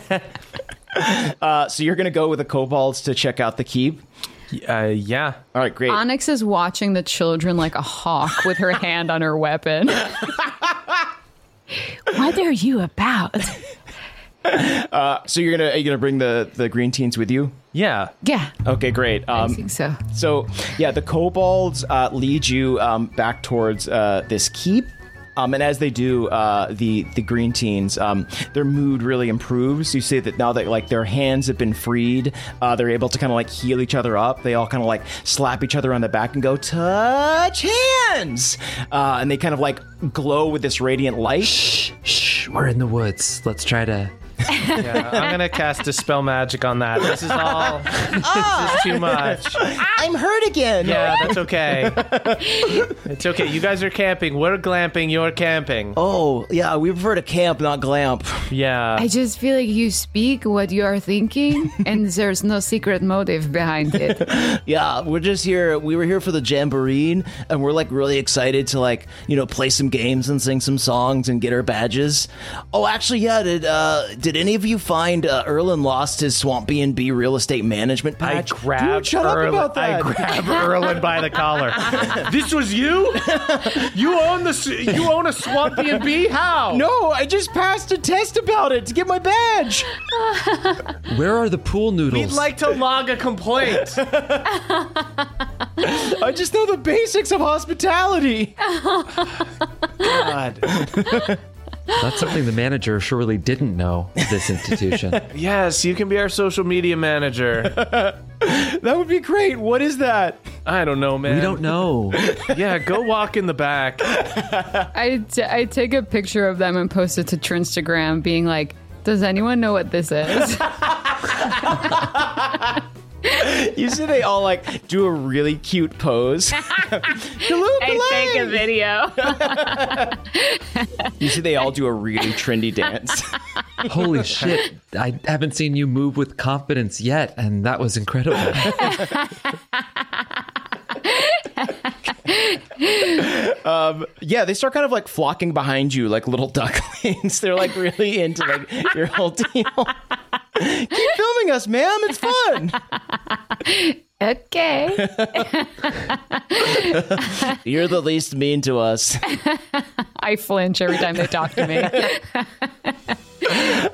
Uh, So you're going to go with the kobolds to check out the keep? Uh, yeah. All right, great. Um, Onyx is watching the children like a hawk with her hand on her weapon. what are you about? so you're going to are you going to bring the the green teens with you? Yeah. Yeah, Okay, great. I Um, think so. so yeah, the kobolds uh, lead you um, back towards uh, this keep. Um, and as they do, uh, the the green teens, um, their mood really improves. You see that now that like their hands have been freed, uh, they're able to kind of like heal each other up. They all kind of like slap each other on the back and go touch hands, uh, and they kind of like glow with this radiant light. Shh, shh, we're in the woods. Let's try to. Yeah, I'm gonna cast dispel magic on that. This is all. This is too much. I'm hurt again. Yeah, that's okay. It's okay. You guys are camping. We're glamping. You're camping. Oh, yeah, we prefer to camp, not glamp. Yeah. I just feel like you speak what you are thinking, and there's no secret motive behind it. Yeah, we're just here. We were here for the jamboree, and we're like really excited to like you know play some games and sing some songs and get our badges. Oh, actually, yeah. Did uh, did any of you find uh, Erlen lost his Swamp B and B real estate management I patch? grab Dude, shut up Erlen. about I that. grab Erlen by the collar. this was you? You own the s- you own a swamp B and B? How? No, I just passed a test about it to get my badge. Where are the pool We'd noodles? like to log a complaint. I just know the basics of hospitality. God. That's something the manager surely didn't know of this institution. Yes, you can be our social media manager. That would be great. What is that? I don't know, man. we don't know. Yeah, go walk in the back. I, t- I take a picture of them and post it to Trinstagram, being like, "Does anyone know what this is?" You see, they all like do a really cute pose. Hello, Belay. video. You see, they all do a really trendy dance. Holy shit. I haven't seen you move with confidence yet, and that was incredible. yeah, they start kind of like flocking behind you like little ducklings. They're like really into like your whole deal. Keep filming us, ma'am. It's fun. Okay. You're the least mean to us. I flinch every time they talk to me.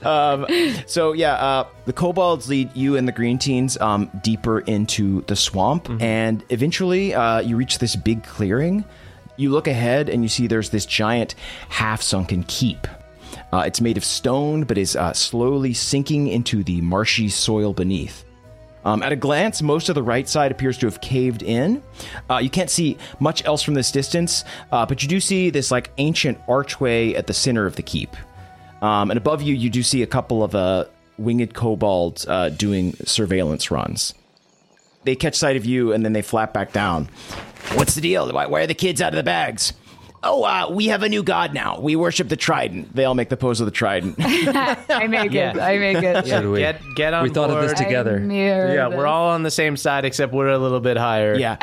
um, so yeah, uh, the kobolds lead you and the green teens um, deeper into the swamp, and eventually uh, you reach this big clearing. You look ahead and you see there's this giant, half-sunken keep. Uh, it's made of stone, but is uh, slowly sinking into the marshy soil beneath. Um, at a glance, most of the right side appears to have caved in. Uh, you can't see much else from this distance, uh, but you do see this like ancient archway at the center of the keep. Um, and above you, you do see a couple of uh, winged kobolds uh, doing surveillance runs. They catch sight of you and then they flap back down. What's the deal? Why, why are the kids out of the bags? Oh, uh, we have a new god now. We worship the trident. They all make the pose of the trident. I make it. I make it. Yeah, Get, get on We thought of this board. together. I mirror Yeah, this. we're all on the same side, except we're a little bit higher. Yeah.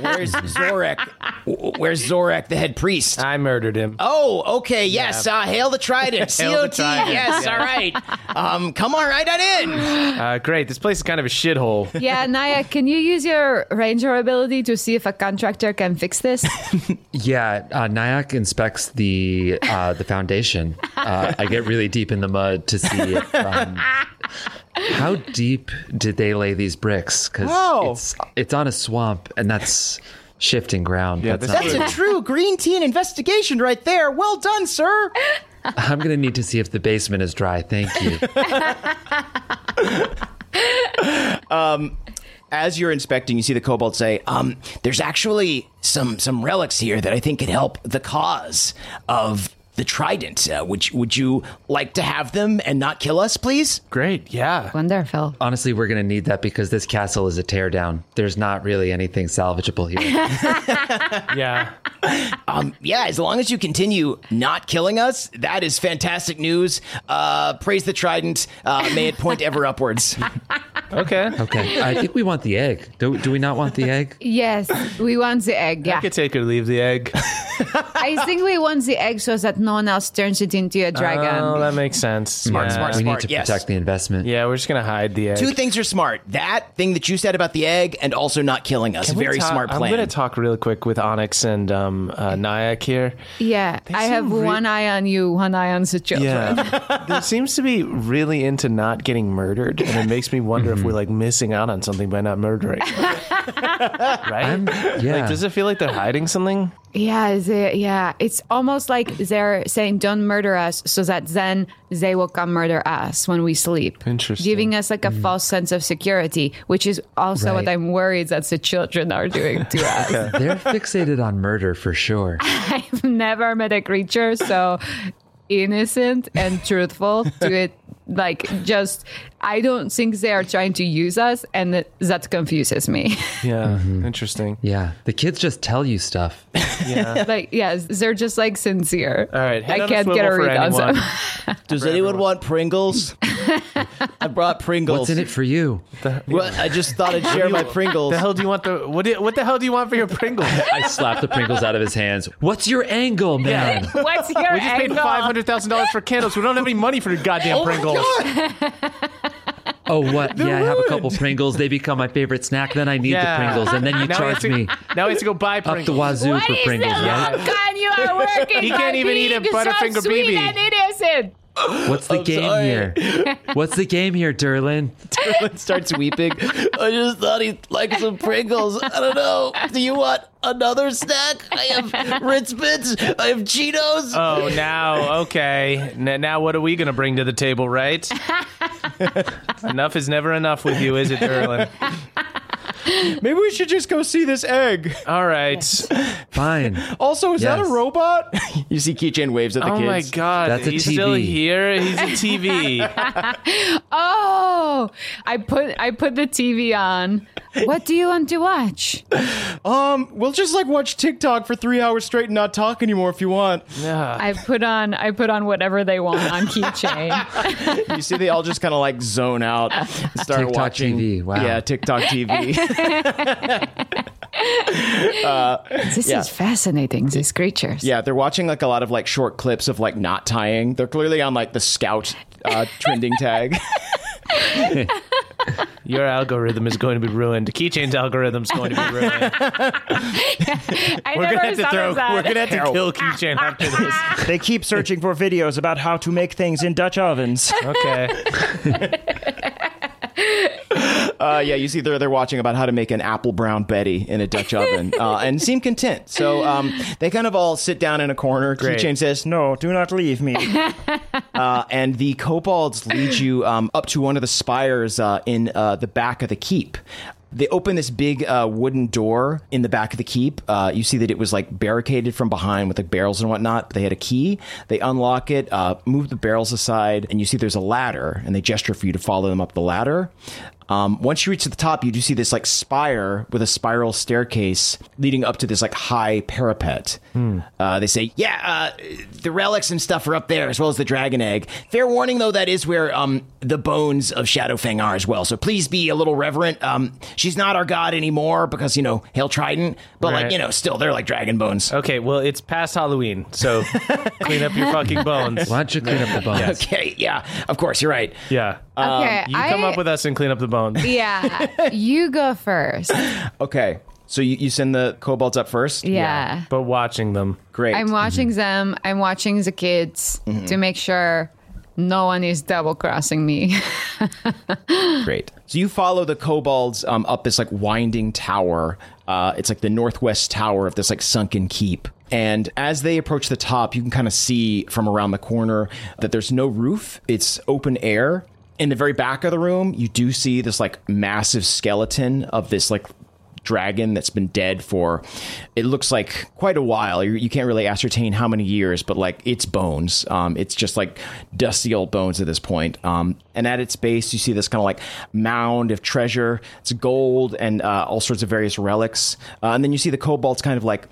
Where's Zorak? W- Where's Zorak, the head priest? I murdered him. Oh, okay. Yes. Uh, hail the trident. Hail the COT. trident, Yes. yeah. All right. Um, come on right on in. Uh, great. This place is kind of a shithole. Yeah, Naya, can you use your ranger ability to see if a contractor can fix this? Yeah, uh, Nyack inspects the uh, the foundation. Uh, I get really deep in the mud to see if, um, how deep did they lay these bricks because Oh. Wow. it's it's on a swamp and that's shifting ground. Yeah, that's That's a true green teen investigation right there. Well done, sir. not- I'm gonna need to see if the basement is dry. Thank you. As you're inspecting, you see the kobold say, um, there's actually some some relics here that I think could help the cause of the trident. Uh, would, you- would you like to have them and not kill us, please? Great. Yeah. Wonderful. Honestly, we're gonna need that because this castle is a teardown. There's not really anything salvageable here. Yeah. Um, yeah, as long as you continue not killing us, that is fantastic news. Uh, praise the trident. Uh, may it point ever upwards. Okay. Okay, I think we want the egg. Do, do we not want the egg? Yes, we want the egg. I Yeah. could take or leave the egg. I think we want the egg so that no one else turns it into a dragon. Oh, that makes sense. Smart, smart, Uh, We smart. need to yes. protect the investment. Yeah, we're just gonna hide the egg. Two things are smart. That thing that you said about the egg and also not killing us. Can we Very talk- smart I'm gonna plan. talk real quick with Onyx and um, uh, Nyack here. yeah, They I seem have re- one eye on you, one eye on the children. Yeah, there seems to be really into not getting murdered, and it makes me wonder if we're like missing out on something by not murdering. right? yeah. Like, does it feel like they're hiding something? Yeah, the, yeah. It's almost like they're saying, "Don't murder us," so that then they will come murder us when we sleep. Interesting. Giving us like a false sense of security, which is also what Right. I'm worried that the children are doing to us. They're fixated on murder for sure. I've never met a creature so innocent and truthful to it. Like, just I don't think they are trying to use us, and that, that confuses me. Mm-hmm. Yeah, interesting. Yeah, the kids just tell you stuff. like, yes, they're just like sincere. All right, hit I on a can't get swivel a for read on anyone. them. Does anyone want Pringles? I brought Pringles. What's in it for you? Well, I just thought I'd share my Pringles. The hell do you want the what? Do, what the hell do you want for your Pringles? I slapped the Pringles out of his hands. What's your angle, man? What's your We just paid angle? five hundred thousand dollars for candles. We don't have any money for your goddamn Pringles. Oh, what? yeah, I have a couple Pringles. They become my favorite snack. Then I need Yeah. the Pringles, and then you Now he has charge to- me Now he has to go buy up the Pringles. wazoo What for is Pringles, the right? look on you are working? He can't by even eat a being Butterfinger so sweet BB. and innocent. What's the game here? What's the game here, Derlin? starts weeping. I just thought he'd like some Pringles. I don't know. Do you want another snack? I have Ritz Bits. I have Cheetos. Uh, Oh, now okay. N- now what are we gonna bring to the table, right? enough is never enough with you, is it, Derlin? Maybe we should just go see this egg. All right. Fine. Also, is that Yes. a robot? you see Keychain waves at the Oh kids. my God, That's a he's still TV. here. He's a TV. Oh, I put I put the TV on. What do you want to watch? Uh, Um, we'll just like watch TikTok for three hours straight and not talk anymore if you want. I put on I put on whatever they want on keychain. You see, they all just kind of like zone out, and start TikTok watching. TV, wow. Yeah, TikTok TV. This is fascinating. These creatures. yeah, they're watching like a lot of like short clips of like not tying. They're clearly on like the scout uh, trending tag. Your algorithm is going to be ruined. Keychain's algorithm's going to be ruined. I we're never gonna have to saw throw. that. We're gonna have to Harold. kill Keychain after this. they keep searching for videos about how to make things in Dutch ovens. Okay. Uh, yeah, you see, they're they're watching about how to make an apple brown Betty in a Dutch oven, uh, and seem content. So um, they kind of all sit down in a corner. Great. Keychain says, Oh, "No, do not leave me." uh, and the kobolds lead you um, up to one of the spires uh, in uh, the back of the keep. They open this big uh, wooden door in the back of the keep. Uh, you see that it was like barricaded from behind with like barrels and whatnot. They had a key. They unlock it, uh, move the barrels aside, and you see there's a ladder. And they gesture for you to follow them up the ladder. Um, once you reach to the top, you do see this like spire with a spiral staircase leading up to this like high parapet. Hmm. Uh, they say, "Yeah, uh, the relics and stuff are up there, as well as the dragon egg." Fair warning, though, that is where um, the bones of Shadowfang are as well. So please be a little reverent. Um, she's not our god anymore because you know Hail Trident, but Right. Oh. like you know, still they're like dragon bones. Okay, well, it's past Halloween, so clean up your fucking bones. Why don't you clean up the bones? Okay, yeah, of course you're right. Yeah. Okay, um, you come I- up with us and clean up the bones. Yeah, you go first. Yeah. Okay, so you, you send the kobolds up first. But watching them. Great. I'm watching Mm-hmm. them. I'm watching the kids to make sure no one is double crossing me. Great. So you follow the kobolds um, up this like winding tower. Uh, it's like the northwest tower of this like sunken keep. And as they approach the top, you can kind of see from around the corner that there's no roof. It's open air. In the very back of the room, you do see this like massive skeleton of this like dragon that's been dead for it looks like quite a while you, you can't really ascertain how many years but like its bones um, it's just like dusty old bones at this point um, and at its base you see this kind of like mound of treasure it's gold and uh, all sorts of various relics uh, and then you see the kobolds kind of like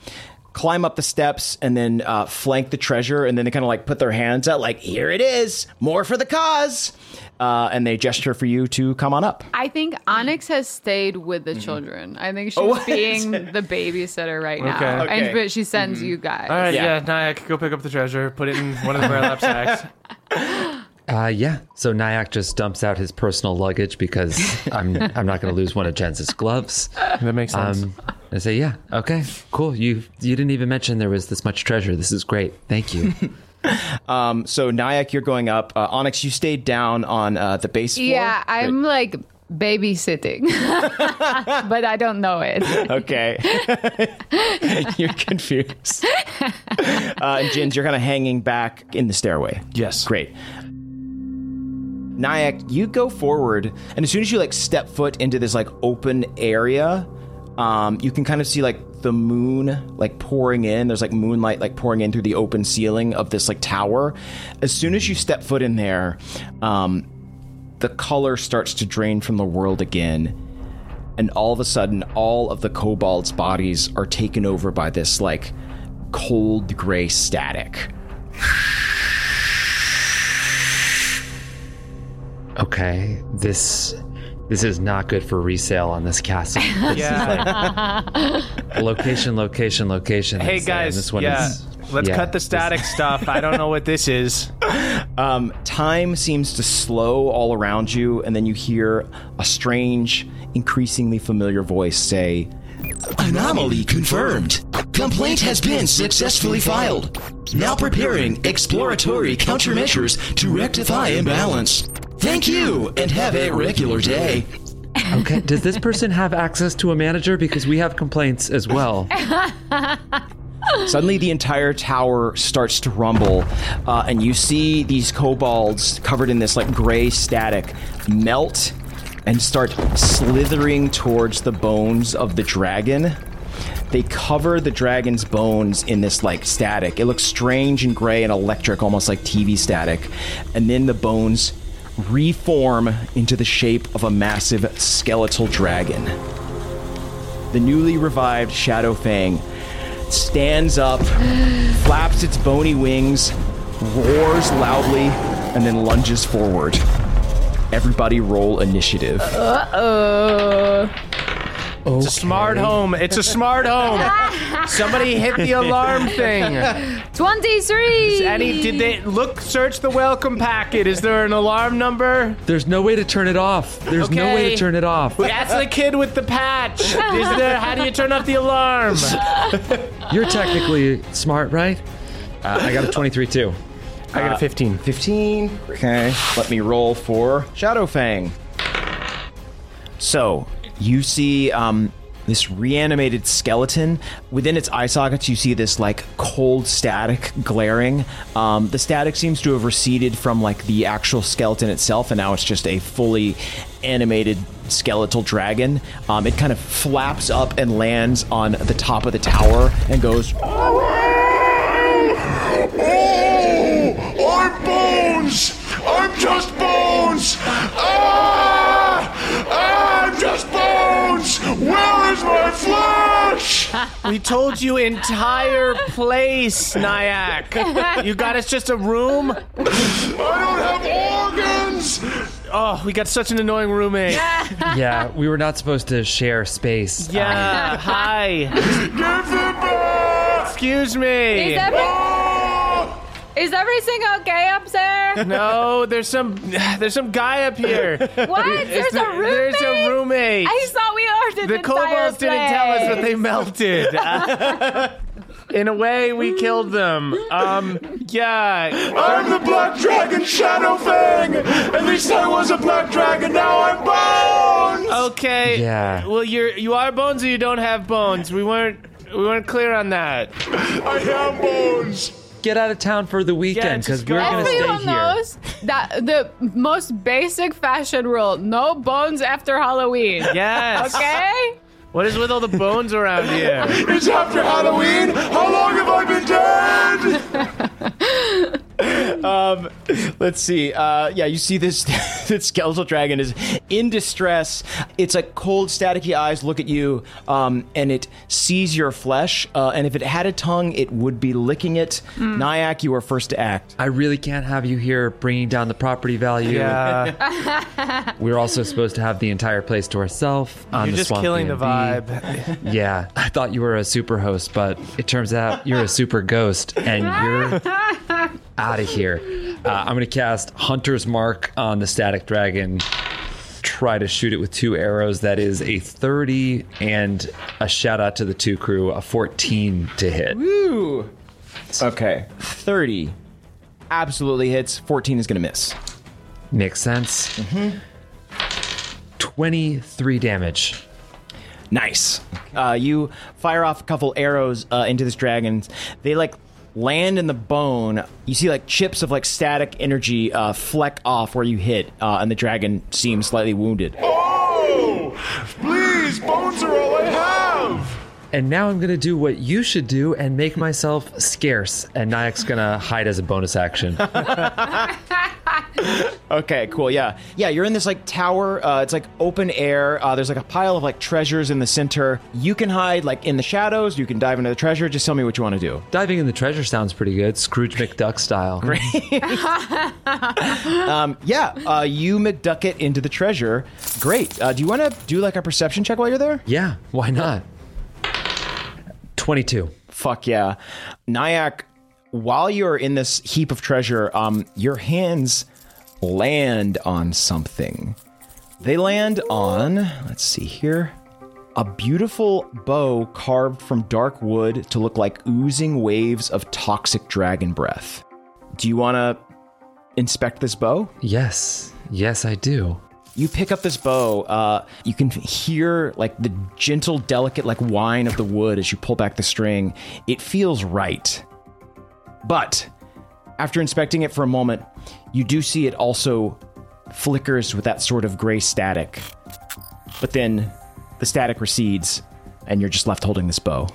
climb up the steps and then uh, flank the treasure and then they kind of like put their hands out like here it is more for the cause uh, and they gesture for you to come on up I think Mm. Onyx has stayed with Mm-hmm. the children. I think she's being the babysitter right now, Oh, Okay. Mm-hmm. and but she sends you guys. All right, Yeah. yeah. Nyack, go pick up the treasure, put it in one of the burlap sacks. Uh, yeah. So Nyack just dumps out his personal luggage because I'm I'm not going to lose one of Jens's gloves. That makes sense. Um, I say, yeah, okay, cool. You you didn't even mention there was this much treasure. This is great. Thank you. Um, so Nyack, you're going up. Uh, Onyx, you stayed down on uh, the base floor. Yeah, I'm like babysitting, but I don't know it. Okay. you're confused. Uh, and Jins, you're kind of hanging back in the stairway. Yes. Great. Nyack, you go forward, and as soon as you like step foot into this like open area, um, you can kind of see like the moon like pouring in. There's like moonlight like pouring in through the open ceiling of this like tower. As soon as you step foot in there, um, the color starts to drain from the world again and all of a sudden all of the kobolds bodies are taken over by this like cold gray static Okay, this this is not good for resale on this castle. This Yeah. is like location, location, location. hey, This, uh, guys. this one yeah. is. Let's yeah, cut the this- static stuff. I don't know what this is. um, time seems to slow all around you and then you hear a strange increasingly familiar voice say Anomaly confirmed. Complaint has been successfully filed. Now preparing exploratory countermeasures to rectify imbalance. Thank you and have a regular day. Okay, does this person have access to a manager? Because we have complaints as well. Suddenly, the entire tower starts to rumble, uh, and you see these kobolds covered in this like gray static melt and start slithering towards the bones of the dragon. They cover the dragon's bones in this like static. It looks strange and gray and electric, almost like TV static. And then the bones reform into the shape of a massive skeletal dragon the newly revived Shadow Fang stands up, flaps its bony wings, roars loudly, and then lunges forward. Everybody roll initiative. Uh oh. It's a smart home. It's a smart home. Somebody hit the alarm thing. 23. Is Any, did they look? Search the welcome packet. Is there an alarm number? There's no way to turn it off. There's no way Okay. to turn it off. That's the kid with the patch. Is there? How do you turn off the alarm? You're technically smart, right? Uh, I got a 23 too. I got a 15. 15. Okay. Let me roll for Shadowfang. So, you see um, this reanimated skeleton. Within its eye sockets, you see this like cold static glaring. Um, the static seems to have receded from like the actual skeleton itself, and now it's just a fully animated skeletal dragon. Um, it kind of flaps up and lands on the top of the tower and goes. Oh, I'm bones. I'm just bones. Ah, I'm just bones. Where is my flesh? We told you entire place, Nyack. You got us just a room. I don't have organs. Oh, we got such an annoying roommate. yeah, we were not supposed to share space. Yeah. Uh, hi. Excuse me. Is, every- is everything okay up there? No, there's some there's some guy up here. What? Is There's a there- There's a roommate. I thought we ordered the an entire kobolds didn't tell us, but place. they melted. Uh, in a way, we killed them. Um, yeah. I'm the black dragon Shadowfang. At least I was a black dragon. Now I'm bones. Okay. Yeah. Well, you're you are bones, or you don't have bones. We weren't we weren't clear on that. I have bones. Get out of town for the weekend just because we're go. going to Everyone stay here. knows that the most basic fashion rule: no bones after Halloween. Yes. Okay. What is with all the bones around here? It's after Halloween. How long have I been dead? um, let's see. Uh, yeah, you see this, this skeletal dragon is in distress. It's like cold, staticky eyes look at you, um, and it sees your flesh. Uh, and if it had a tongue, it would be licking it. Mm. Nyack, you are first to act. I really can't have you here bringing down the property value. We're also supposed to have the entire place to ourselves. You're just killing the vibe. yeah, I thought you were a super host, but it turns out you're a super ghost, and you're out of here. Uh, I'm gonna cast Hunter's Mark on the static dragon. Try to shoot it with two arrows. That is a 30 and a shout out to the two crew, a 14 to hit. Woo! Okay. 30 absolutely hits, 14 is going to miss. Makes sense. 23 damage. Nice. Uh, you fire off a couple arrows uh, into this dragon. They like land in the bone. You see like chips of like static energy uh, fleck off where you hit, uh, and the dragon seems slightly wounded. Please, bones are all I have. And now I'm gonna do what you should do and make myself scarce. And Nyack's gonna hide as a bonus action. Okay, cool. Yeah, yeah. You're in this like tower. Uh, it's like open air. Uh, there's like a pile of like treasures in the center. You can hide like in the shadows. You can dive into the treasure. Just tell me what you want to do. Diving in the treasure sounds pretty good, Scrooge McDuck style. Great. um, yeah, uh, you McDuck it into the treasure. Great. Uh, do you want to do like a perception check while you're there? Yeah, why not? 22. Fuck yeah. Nyack, while you're in this heap of treasure, um, your hands land on something. They land on, let's see here, a beautiful bow carved from dark wood to look like oozing waves of toxic dragon breath. Do you want to inspect this bow? Yes. Yes, I do. You pick up this bow. Uh, you can hear like the gentle, delicate, like whine of the wood as you pull back the string. It feels right. But after inspecting it for a moment, you do see it also flickers with that sort of gray static. But then the static recedes, and you're just left holding this bow.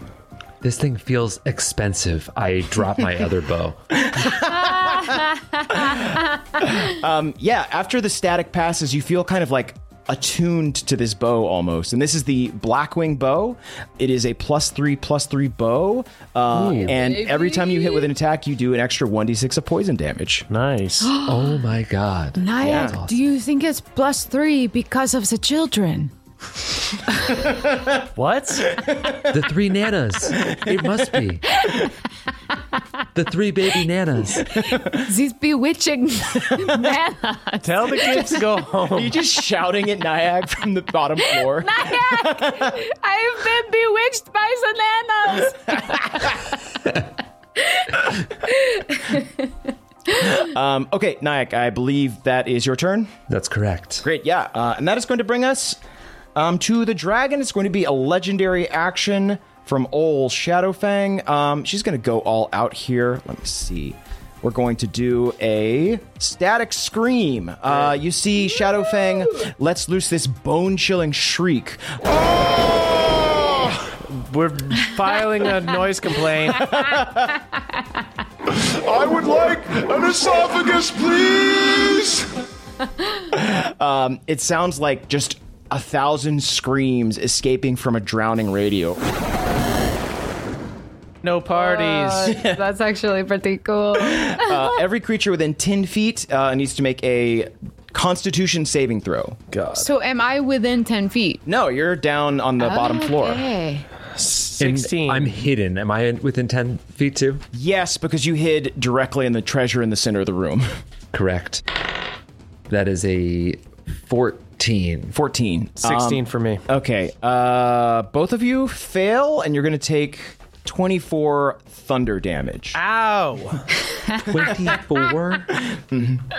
This thing feels expensive. I drop my other bow. um, yeah, after the static passes, you feel kind of like attuned to this bow almost. And this is the Blackwing bow. It is a plus three, plus three bow. Uh, Ooh. and every time you hit with an attack, you do an extra 1d6 of poison damage. Nice. oh my god. Nyack, Yeah. do you think it's plus three because of the children? What? The three nanas. It must be. The three baby nanas. These bewitching nanas. Tell the kids to go home. Are you just shouting at Nyack from the bottom floor? Nyack! I've been bewitched by Sananas! um, okay, Nyack, I believe that is your turn. That's correct. Great, yeah. Uh, and that is going to bring us um, to the dragon. It's going to be a legendary action from Ol Shadowfang. Um, she's going to go all out here. Let me see. We're going to do a static scream. Uh, you see, Shadowfang lets loose this bone chilling shriek. We're filing a noise complaint. I would like an esophagus, please! Um, it sounds like just a thousand screams escaping from a drowning radio. No parties. Uh, that's actually pretty cool. Uh, every creature within 10 feet uh, needs to make a constitution saving throw. God. So am I within 10 feet? No, you're down on the bottom floor. Okay. 16. I'm um, hidden. Am I in- within 10 feet too? Yes, because you hid directly in the treasure in the center of the room. Correct. That is a 14. 14. 16 for me. Uh, Okay. Uh, both of you fail, and you're going to take 24 thunder damage. Ow. 24?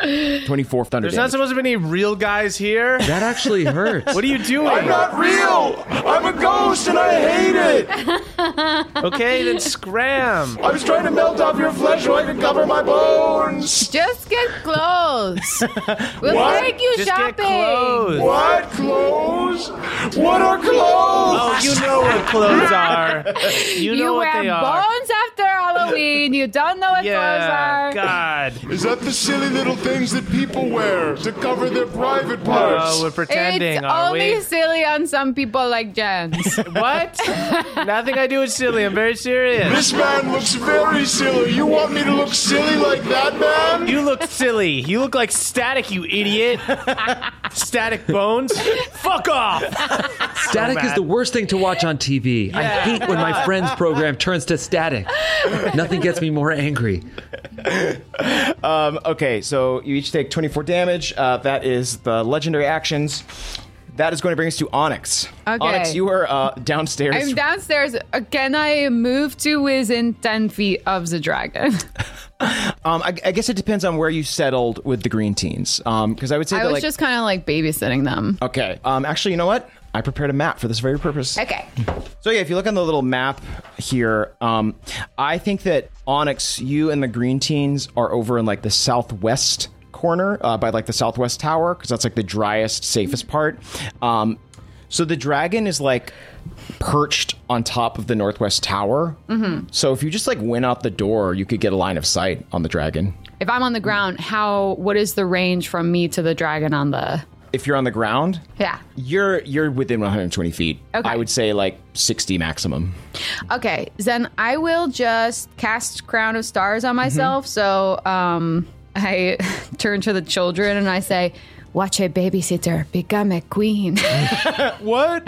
24 thunder There's not damage. supposed to be any real guys here. That actually hurts. What are you doing? I'm not real! I'm a ghost and I hate it! Okay, then scram. I was trying to melt off your flesh so I could cover my bones! Just get clothes. We'll What? take you Just get shopping. clothes. What? Clothes? What are clothes? Oh, you know what clothes are. You, know You what wear they are. bones after Halloween. You don't know what yeah, clothes are. God. Is that the silly little things that people wear to cover their private Oh, parts? we're pretending, it's are only we? silly on some people like Jens. What? Nothing I do is silly. I'm very serious. this man looks very silly. You want me to look silly like that man? You look silly. You look like static, you idiot. static bones. Fuck off. Static is bad. the worst thing to watch on TV. I hate when my friend's program turns to static. Nothing gets me more angry. Okay, so you each take 24 damage. Uh, that is the legendary actions. That is going to bring us to Onyx. Okay. Onyx, you are uh, downstairs. I'm downstairs. Uh, Can I move to within 10 feet of the dragon? Um, I, I guess it depends on where you settled with the green teens. Because I would say I that, was like, just kind of like babysitting them. okay. Um, actually, you know what? I prepared a map for this very purpose. Okay. So yeah, if you look on the little map here, um, I think that Onyx, you and the green teens are over in like the southwest corner uh, by like the southwest tower because that's like the driest, safest part. Um, so the dragon is like perched on top of the northwest tower. Mm-hmm. So if you just like went out the door, you could get a line of sight on the dragon. If I'm on the ground, how what is the range from me to the dragon on the If you're on the ground, Yeah. you're you're within 120 feet. Okay. I would say like 60 maximum. Okay, then I will just cast Crown of Stars Mm-hmm. on myself. So um, I turn to the children and I say, Watch a babysitter become a queen. What?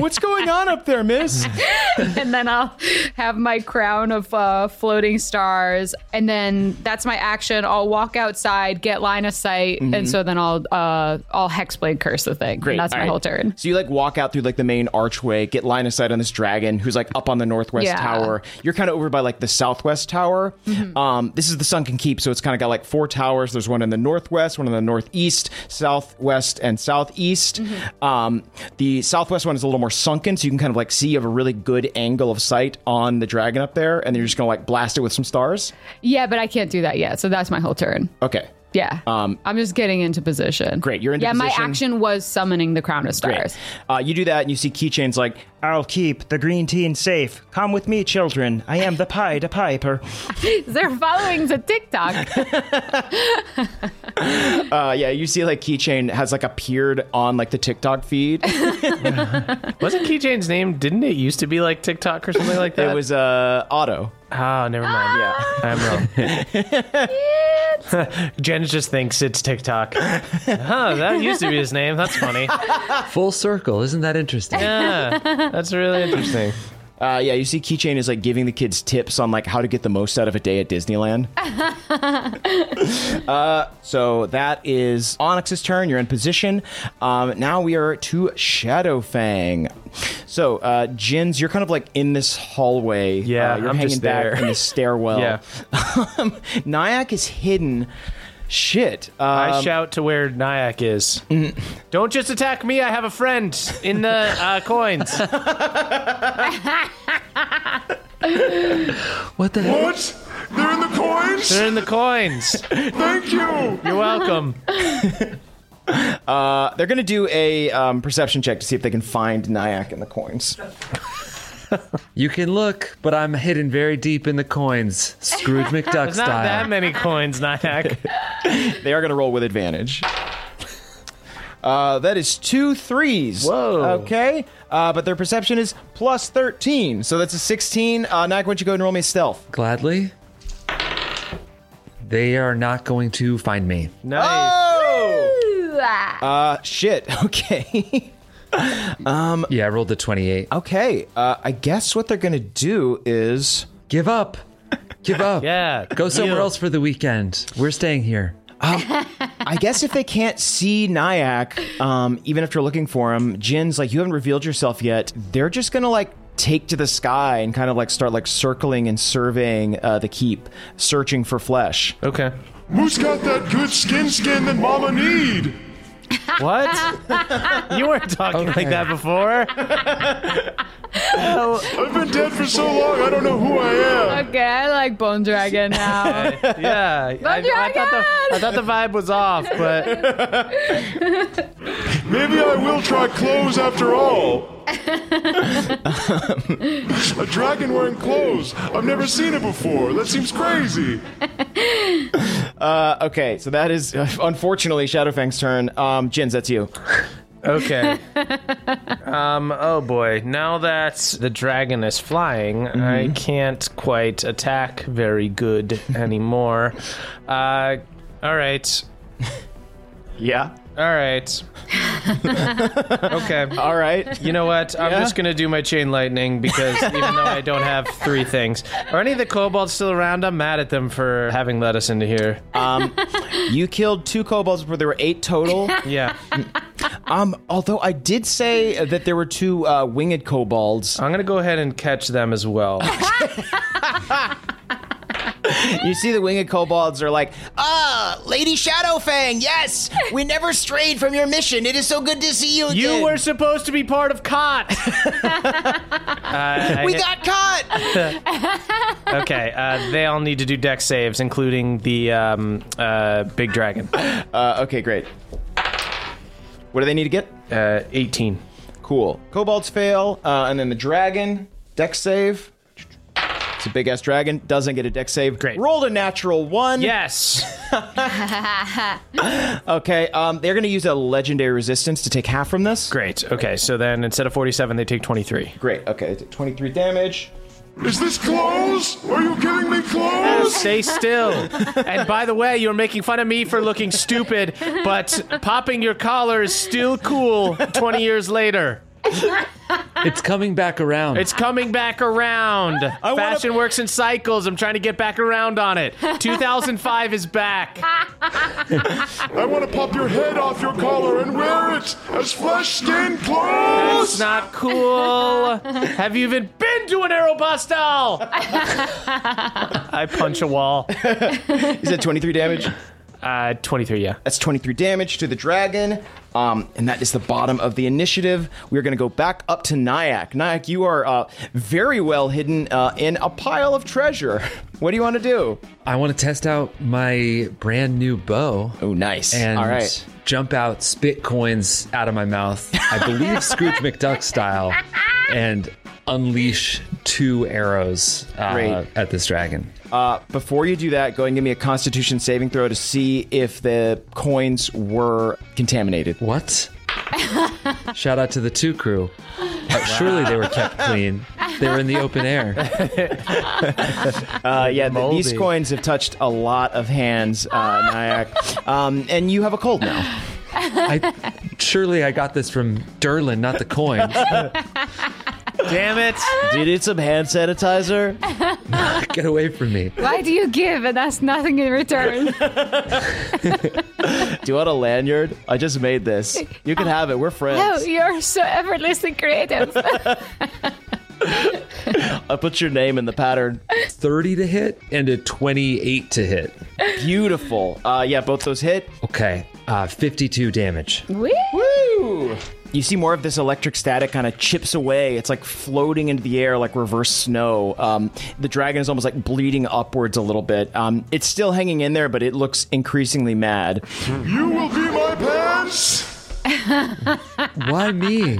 What's going on up there, miss? and then I'll have my crown of uh, floating stars. And then that's my action. I'll walk outside, get line of sight. And so then I'll, uh, I'll Hexblade curse the thing. Mm-hmm. Great. And that's All my right. whole turn. So you like walk out through like the main archway, get line of sight on this dragon who's like up on the northwest Yeah. tower. You're kind of over by like the southwest tower. Um, this is the sunken keep, so it's kind of got like four towers. There's one in the northwest, one in the northeast, southwest, and southeast. Um, the southwest one is a little more sunken, so you can kind of like see you have a really good angle of sight on the dragon up there, and then you're just gonna like blast it with some stars. Yeah, but I can't do that yet. So that's my whole turn. Okay. Yeah. Um, I'm just getting into position. Great, you're into yeah, position. my action was summoning the crown of stars. Great. Uh, you do that, and you see keychains like I'll keep the green teen safe. Come with me, children. I am the Pied a Piper. They're following the TikTok. Uh, yeah, you see like Keychain has like appeared on like the TikTok feed. it Wasn't Keychain's name? Didn't it used to be like TikTok or something like that? Ah, was uh Otto. Ah, Oh, never mind. Yeah. I'm wrong. Jen just thinks it's TikTok. huh, that used to be his name. That's funny. Full circle. Isn't that interesting? Yeah, that's really interesting. Uh, yeah, you see, Keychain is like giving the kids tips on like how to get the most out of a day at Disneyland. uh, so that is Onyx's turn. You're in position. Um, now we are to Shadowfang. So uh, Jins, you're kind of like in this hallway. Yeah, uh, you're I'm hanging just back there. in the stairwell. Yeah. um, Nyack is hidden. Shit. Um, I shout to where Nyack is. Don't just attack me. I have a friend in the uh, coins. what the hell? What? They're in the coins? They're in the coins. Thank you. You're welcome. Uh, they're going to do a um, perception check to see if they can find Nyack in the coins. You can look, but I'm hidden very deep in the coins, Scrooge McDuck There's not style. that many coins, Nyack. they are going to roll with advantage. Uh, that is two threes. Whoa. Okay. Uh, but their perception is plus 13. So that's a 16. Uh, Nyack, why don't you go and roll me a stealth? Gladly. They are not going to find me. Nice. Uh, shit. Okay. um, yeah, I rolled a 28. Okay. Uh, I guess what they're going to do is give up. Give up. yeah. Go somewhere Yield. else for the weekend. We're staying here. I guess if they can't see Nyack, um, even if you're looking for him, Jin's like, you haven't revealed yourself yet. They're just gonna like take to the sky and kind of like start like circling and surveying uh, the keep, searching for flesh. Okay. Who's got that good skin skin that Mama need? What? you weren't talking like that before. I've been dead for so long, I don't know who I am. Okay, I like Bone Dragon now. yeah. I, I thought the, I thought the vibe was off, but Maybe I will try clothes after all. a dragon wearing clothes. I've never seen it before. That seems crazy. Uh, okay, so that is uh, unfortunately Shadowfang's turn. Um, Jin's, that's you. okay. Um. Oh boy. Now that the dragon is flying, I can't quite attack very good anymore. uh. All right. Yeah. All right. okay. All right. You know what? I'm Yeah? just gonna do my chain lightning because even though I don't have three things, are any of the kobolds still around? I'm mad at them for having let us into here. Um, you killed two kobolds before there were eight total. Yeah. Um, although I did say that there were two uh, winged kobolds. I'm gonna go ahead and catch them as well. You see the winged kobolds are like, ah, Lady Shadowfang, yes, we never strayed from your mission. It is so good to see you again. You were supposed to be part of COT. we got caught. okay. Uh, they all need to do deck saves, including the um, uh, big dragon. Uh, okay, great. What do they need to get? Uh, 18. Cool. Kobolds fail, uh, and then the dragon deck save. It's a big ass dragon. Doesn't get a deck save. Great. Rolled a natural one. Yes. Okay. Um, they're gonna use a legendary resistance to take half from this. Great. Okay. So then instead of 47, they take 23. Great. Okay. Twenty-three damage. Is this clothes? Are you giving me clothes? Stay still. and by the way, you're making fun of me for looking stupid, but popping your collar is still cool 20 years later. It's coming back around. It's coming back around. wanna- Fashion works in cycles. I'm trying to get back around on it. 2005 is back. I want to pop your head off your collar and wear it as flesh skin It's clothes. not cool. Have you even been to an Aerobustal? I punch a wall. Is that twenty-three damage? Uh, 23, yeah. That's 23 damage to the dragon. Um, and that is the bottom of the initiative. We're going to go back up to Nyack. Nyack, you are uh, very well hidden uh, in a pile of treasure. What do you want to do? I want to test out my brand new bow Oh, nice. and All right. jump out, spit coins out of my mouth. I believe Scrooge McDuck style, and unleash two arrows uh, Great. at this dragon. Uh, before you do that, go ahead and give me a constitution saving throw to see if the coins were contaminated. What? Shout out to the two crew. Uh, Surely they were kept clean. They were in the open air. uh, yeah, th- these Moldy. coins have touched a lot of hands, uh, Nyack. Um, and you have a cold now. I, surely I got this from Derlin, not the coin. Damn it! Do you need some hand sanitizer? Get away from me. Why do you give and that's nothing in return? Do you want a lanyard? I just made this. You can have it. We're Oh, friends. you're so effortlessly creative. I put your name in the pattern. 30 to hit and a 28 to hit. Beautiful. Uh, yeah, both those hit. Okay, uh, 52 damage. Woo! You see more of this electric static kind of chips away. It's like floating into the air like reverse snow. Um, the dragon is almost like bleeding upwards a little bit. Um, it's still hanging in there, but it looks increasingly mad. You will be my pants. Why me?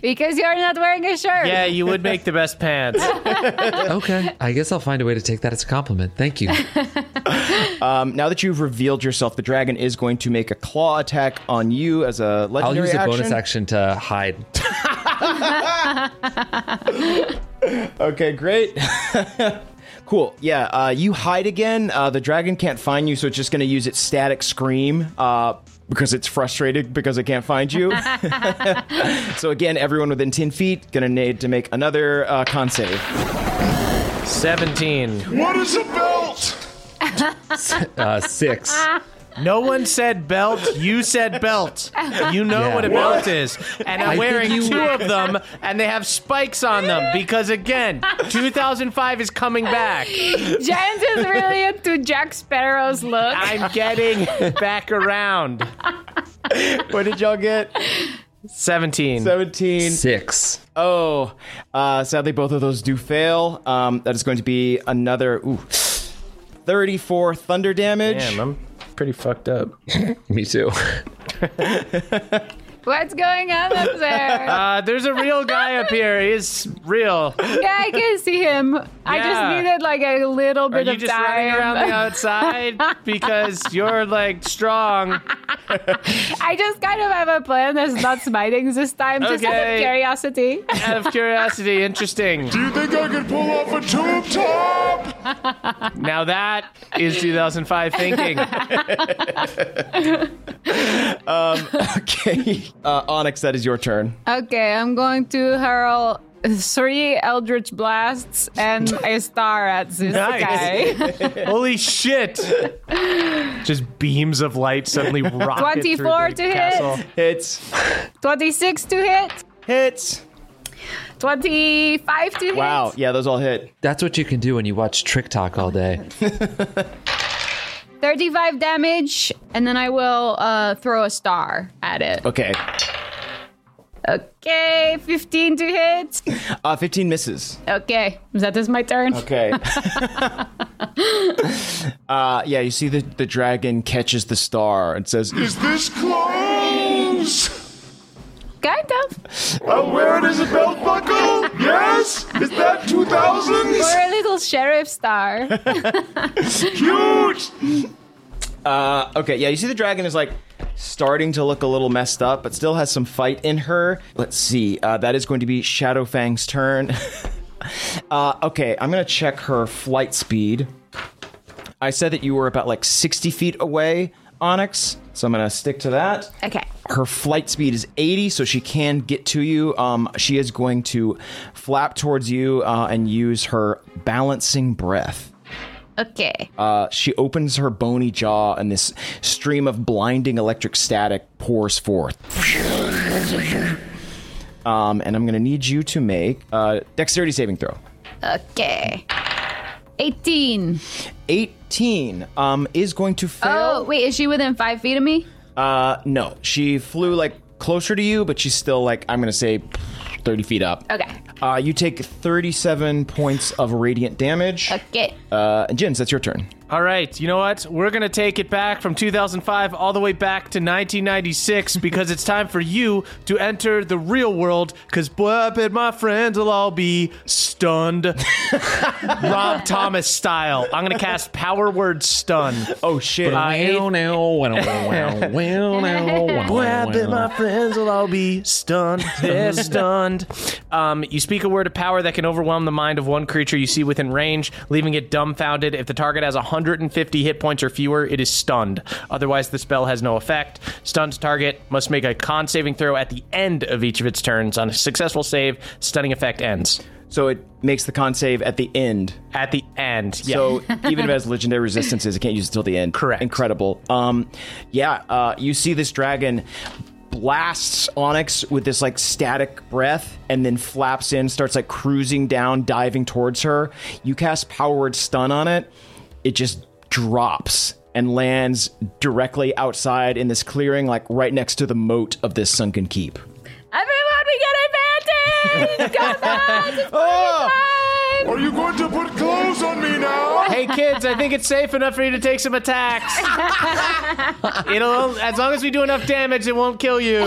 because you're not wearing a shirt. Yeah, you would make the best pants. Okay, I guess I'll find a way to take that as a compliment. Thank you. Um, now that you've revealed yourself, the dragon is going to make a claw attack on you as a legendary I'll use a action. bonus action to hide. Okay, great. cool. Yeah, uh, you hide again. Uh, the dragon can't find you, so it's just going to use its static scream uh, because it's frustrated because it can't find you. so again, everyone within ten feet going to need to make another uh, con save. 17. What is a belt? Uh, six. No one said belt. You said belt. You know Yeah. what a belt is. And I I'm think wearing you- two of them, and they have spikes on them because, again, 2005 is coming back. Jens is really into Jack Sparrow's look. I'm getting back around. What did y'all get? 17. 17. Six. Oh, uh, sadly, both of those do fail. Um, that is going to be another ooh, 34 thunder damage. Damn, I'm pretty fucked up. Me too. What's going on up there? Uh, there's a real guy up here. He's real. yeah, I can see him. I Yeah. just needed like a little Are bit you of just running time. around the outside because you're like strong? I just kind of have a plan that's not smiting this time, just out Okay. of curiosity. Out of curiosity, interesting. Do you think I can pull off a tube top? Now that is 2005 thinking. Okay. Uh, Onyx, that is your turn. Okay, I'm going to hurl three Eldritch Blasts and a star at this Nice. guy. Holy shit! Just beams of light suddenly rocket through 24 the to hit. castle. Hits. 26 to hit, Hits. 25 to Wow. hit, Yeah, those all hit. That's what you can do when you watch Trick Talk all day. 35 damage, and then I will uh, throw a star at it. Okay. Okay, 15 to hit. Uh, 15 misses. Okay, that is my turn. Okay. uh, yeah, you see the, the dragon catches the star and says, Is this clothes? Kind of. I'll wear it as a belt buckle. Yes. Is that 2000s? Or a little sheriff star. Huge. uh, Okay, yeah, you see the dragon is like starting to look a little messed up, but still has some fight in her. Let's see. Uh, that is going to be Shadowfang's turn. uh, okay, I'm going to check her flight speed. I said that you were about like 60 feet away, Onyx, so I'm going to stick to that. Okay. Her flight speed is 80, so she can get to you. Um, she is going to flap towards you uh, and use her balancing breath. Okay. Uh, she opens her bony jaw, and this stream of blinding electric static pours forth. Um, and I'm going to need you to make uh, dexterity saving throw. Okay. 18. 18 um, is going to fail. Oh, wait, is she within five feet of me? Uh, no, she flew like closer to you, but she's still like I'm gonna say 30 feet up. Okay. Uh, you take 37 points of radiant damage. Okay. Uh, Jins, that's your turn. All right, you know what? We're going to take it back from 2005 all the way back to 1996 because it's time for you to enter the real world because, boy, I bet my friends will all be stunned. Rob Thomas style. I'm going to cast Power Word Stun. Oh, shit. Wow, now, Boy, I bet my friends will all be stunned. They're stunned. Um, you speak a word of power that can overwhelm the mind of one creature you see within range, leaving it dumbfounded. If the target has 150 hit points or fewer, it is stunned. Otherwise, the spell has no effect. Stunned target must make a con saving throw at the end of each of its turns. On a successful save, stunning effect ends. So it makes the con save at the end. At the end, yeah. So even if it has legendary resistances, it can't use it till the end. Correct. Incredible. Um, yeah. Uh, you see this dragon blasts Onyx with this like static breath, and then flaps in, starts like cruising down, diving towards her. You cast Power Word Stun on it. It just drops and lands directly outside in this clearing, like right next to the moat of this sunken keep. Everyone, we get advantage! Go Bats! It's oh! Are you going to put clothes on me now? Hey kids, I think it's safe enough for you to take some attacks. It'll as long as we do enough damage, it won't kill you.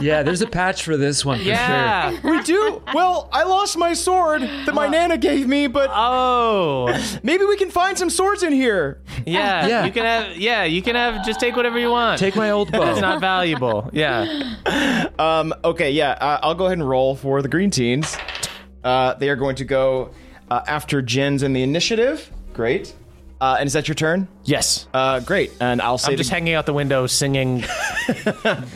Yeah, there's a patch for this one for sure. Yeah. we do. Well, I lost my sword that my nana gave me, but oh, maybe we can find some swords in here. Yeah, Yeah. You can have. Yeah, you can have. Just take whatever you want. Take my old bow. It's not valuable. Yeah. Um, okay, yeah, uh, I'll go ahead and roll for the green teens. Uh, they are going to go uh, after Jen's in the initiative. Great. Uh, and is that your turn? Yes. Uh, great. And I'll say I'm just hanging out the window singing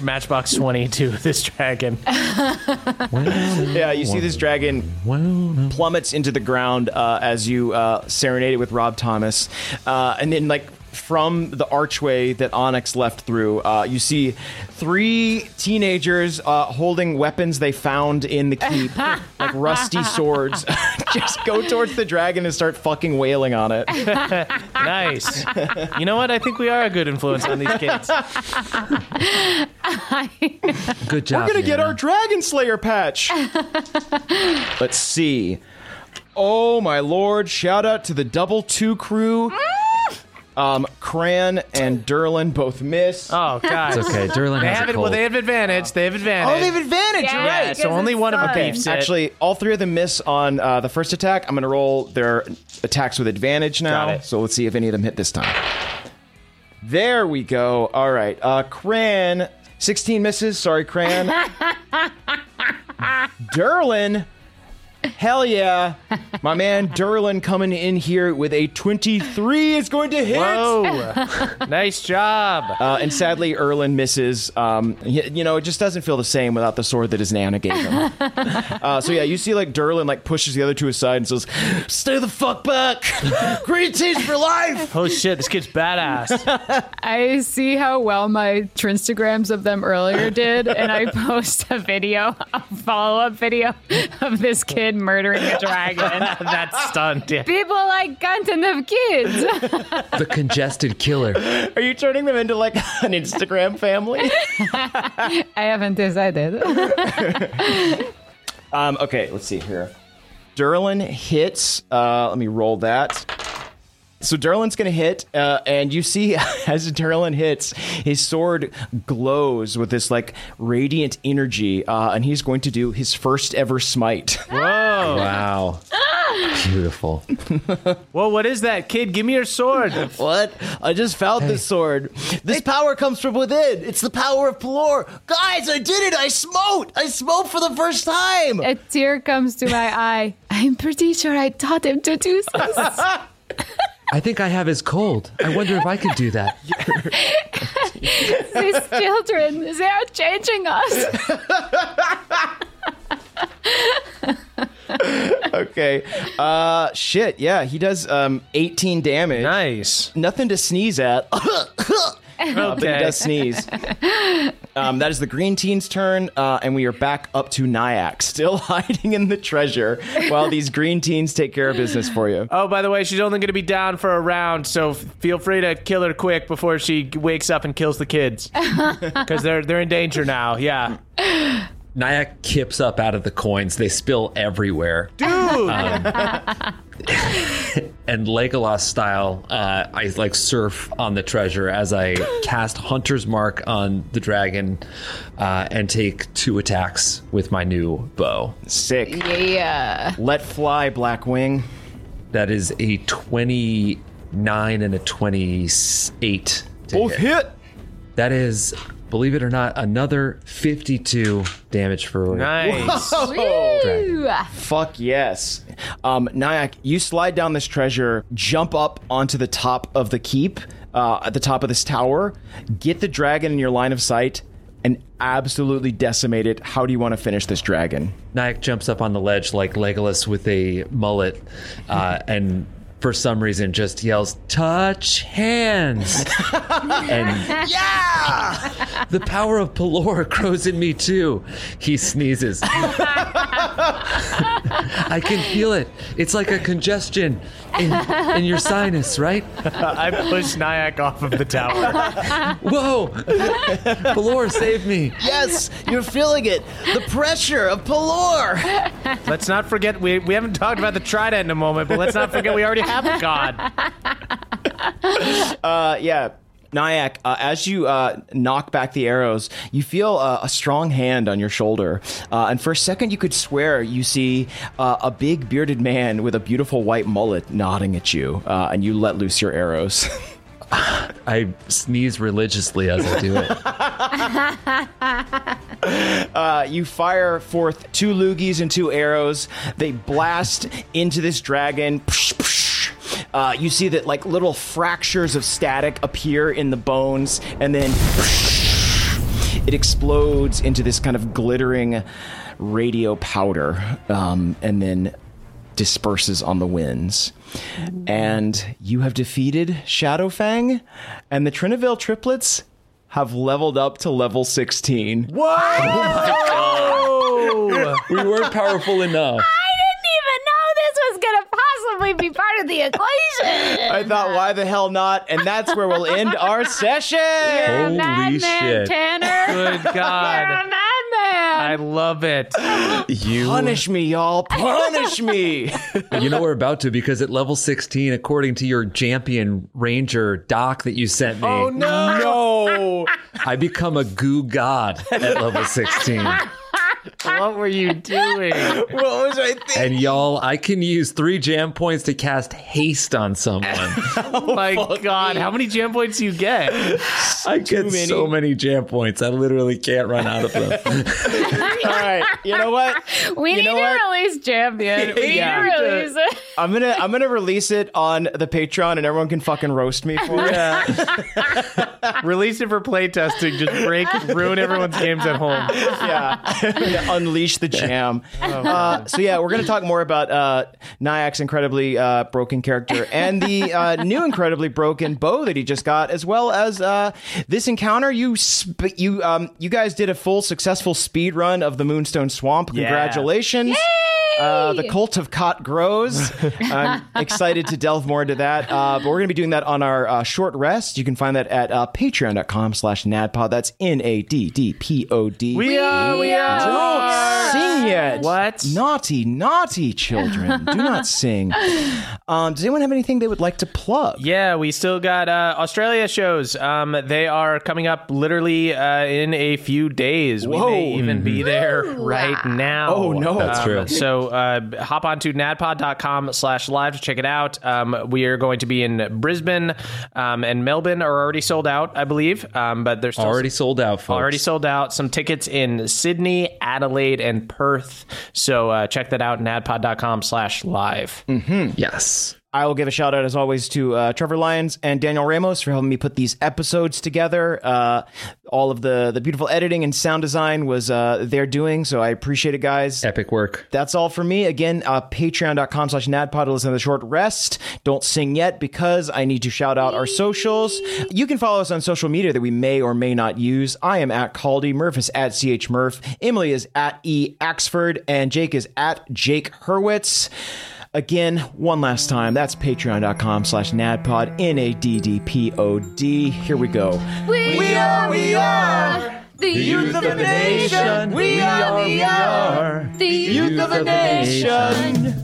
Matchbox 20 to this dragon. yeah, you see this dragon plummets into the ground uh, as you uh, serenade it with Rob Thomas, uh, and then like from the archway that Onyx left through, uh, you see three teenagers uh, holding weapons they found in the keep, like rusty swords, just go towards the dragon and start fucking wailing on it. nice. You know what? I think we are a good influence on these kids. Good We're gonna get our Dragon Slayer patch. Let's see. Oh my lord! Shout out to the Double Two crew. Ah! Um, Cran and Derlin both miss. Oh God, It's okay. Derlin they has have a it. Well, cold. they have advantage. They have advantage. Oh, they have advantage. Yeah, You're right. so only one of them beefs it. Actually, all three of them miss on uh, the first attack. I'm going to roll their attacks with advantage now. So let's see if any of them hit this time. There we go. All right. Uh, Cran, 16 misses. Sorry, Cran. Derlin. Hell yeah. My man Derlin coming in here with a 23 is going to hit. Whoa. nice job. Uh, and sadly, Erlin misses. Um, y- you know, it just doesn't feel the same without the sword that his Nana gave him. uh, so yeah, you see like Derlin like pushes the other two aside and says, "Stay the fuck back, green teas for life." Oh shit, this kid's badass. I see how well my Trinstagrams of them earlier did, and I post a video, a follow up video of this kid murdering a dragon. That's stunned. Yeah. People like content of kids. The congested killer. Are you turning them into like an Instagram family? I haven't decided. um, okay, let's see here. Derlin hits. Uh, let me roll that. So Derlin's gonna hit, uh, and you see as Derlin hits, his sword glows with this like radiant energy, uh, and he's going to do his first ever smite. Whoa. Wow. Wow. Beautiful. Whoa, what is that, kid? Give me your sword. What? I just found this sword. This power comes from within. It's the power of Pelor. Guys, I did it. I smote. I smote for the first time. a tear comes to my eye. I'm pretty sure I taught him to do this. I think I have his cold. I wonder if I could do that. These children, they are changing us. okay. Uh, shit. Yeah, he does um 18 damage. Nice. Nothing to sneeze at. Uh, but he Okay. does sneeze. Um, that is the green teen's turn, uh, and we are back up to Nyack, still hiding in the treasure, while these green teens take care of business for you. Oh, by the way, she's only going to be down for a round, so f- feel free to kill her quick before she wakes up and kills the kids because they're they're in danger now. Yeah, Nyack kips up out of the coins. They spill everywhere. dude. Um, and Legolas style, uh, I like surf on the treasure as I cast Hunter's Mark on the dragon uh, and take two attacks with my new bow. Sick. Yeah. Let fly, Blackwing. That is a 29 and a 28. to Both hit. That is, believe it or not, another 52 damage for Nice. Fuck yes. Um, Nyack, you slide down this treasure, jump up onto the top of the keep, uh, at the top of this tower, get the dragon in your line of sight, and absolutely decimate it. How do you want to finish this dragon? Nyack jumps up on the ledge like Legolas with a mullet uh, and for some reason just yells, Touch hands! and yeah! the power of Pelor grows in me too. He sneezes. I can feel it. It's like a congestion in, in your sinus, right? I push Nyack off of the tower. Whoa! Pelor, save me. Yes, you're feeling it. The pressure of Pelor. Let's not forget, we, we haven't talked about the trident in a moment, but let's not forget we already have a god. uh, yeah. Nyack, uh, as you uh, knock back the arrows, you feel uh, a strong hand on your shoulder. Uh, and for a second, you could swear you see uh, a big bearded man with a beautiful white mullet nodding at you, uh, and you let loose your arrows. I sneeze religiously as I do it. Uh, you fire forth two loogies and two arrows. They blast into this dragon. Psh, psh. Uh, you see that like little fractures of static appear in the bones, and then psh, it explodes into this kind of glittering radio powder, um, and then disperses on the winds. And you have defeated Shadowfang, and the Trinivale triplets have leveled up to level 16. What? we weren't powerful enough. I didn't even know this was gonna possibly be part of the equation. I thought, why the hell not? And that's where we'll end our session. You're a Holy madman, shit. Tanner. Good God. I love it. You Punish me, y'all. Punish me. you know we're about to because at level 16, according to your Jampion Ranger doc that you sent me, Oh, no. no, I become a goo god at level 16. what were you doing? What was I thinking? And y'all, I can use three jam points to cast haste on someone. my God, how many jam points do you get? I get many. so many jam points. I literally can't run out of them. All right, you know what? We You need know to what? release Champion. We Yeah. need to release it. I'm gonna I'm gonna release it on the Patreon, and everyone can fucking roast me for it. Release it for playtesting. Just break, ruin everyone's games at home. yeah. Yeah, unleash the jam. Uh, so yeah, we're gonna talk more about uh, Nyack's incredibly uh, broken character and the uh, new incredibly broken bow that he just got, as well as uh, this encounter. You sp- you um, you guys did a full successful speed run of the Moonstone Swamp. Congratulations. Uh, the cult of Cot grows. I'm excited to delve more into that. Uh, but we're going to be doing that on our uh, short rest. You can find that at uh, patreon.com slash nadpod. That's N-A-D-D-P-O-D. We are, we are. Don't sing yet. What? Naughty, naughty children. Do not sing. Um, does anyone have anything they would like to plug? Yeah, we still got uh, Australia shows. Um, they are coming up literally uh, in a few days. We may Whoa. even be there right now. Oh, no. That's Um, true. So uh, hop onto nadpod.com slash live to check it out. Um, we are going to be in Brisbane um, and Melbourne are already sold out, I believe. Um, but there's still Already sold out, folks. Already sold out. Some tickets in Sydney, Adelaide, and Perth. So uh, check that out, nadpod.com slash live. Yes. I will give a shout out as always to uh, Trevor Lyons and Daniel Ramos for helping me put these episodes together. Uh, all of the the beautiful editing and sound design was uh, their doing, so I appreciate it, guys. Epic work. That's all for me. Again, uh, patreon.com slash nadpod to listen to the short rest. Don't sing yet because I need to shout out our socials. You can follow us on social media that we may or may not use. I am at Caldy, Murph is at CH Murph, Emily is at E Axford, and Jake is at Jake Hurwitz. Again, one last time, that's patreon.com slash nadpod, N A D D P O D. Here we go. We, are, we are. The youth of the nation. We are, we are. The youth of the nation.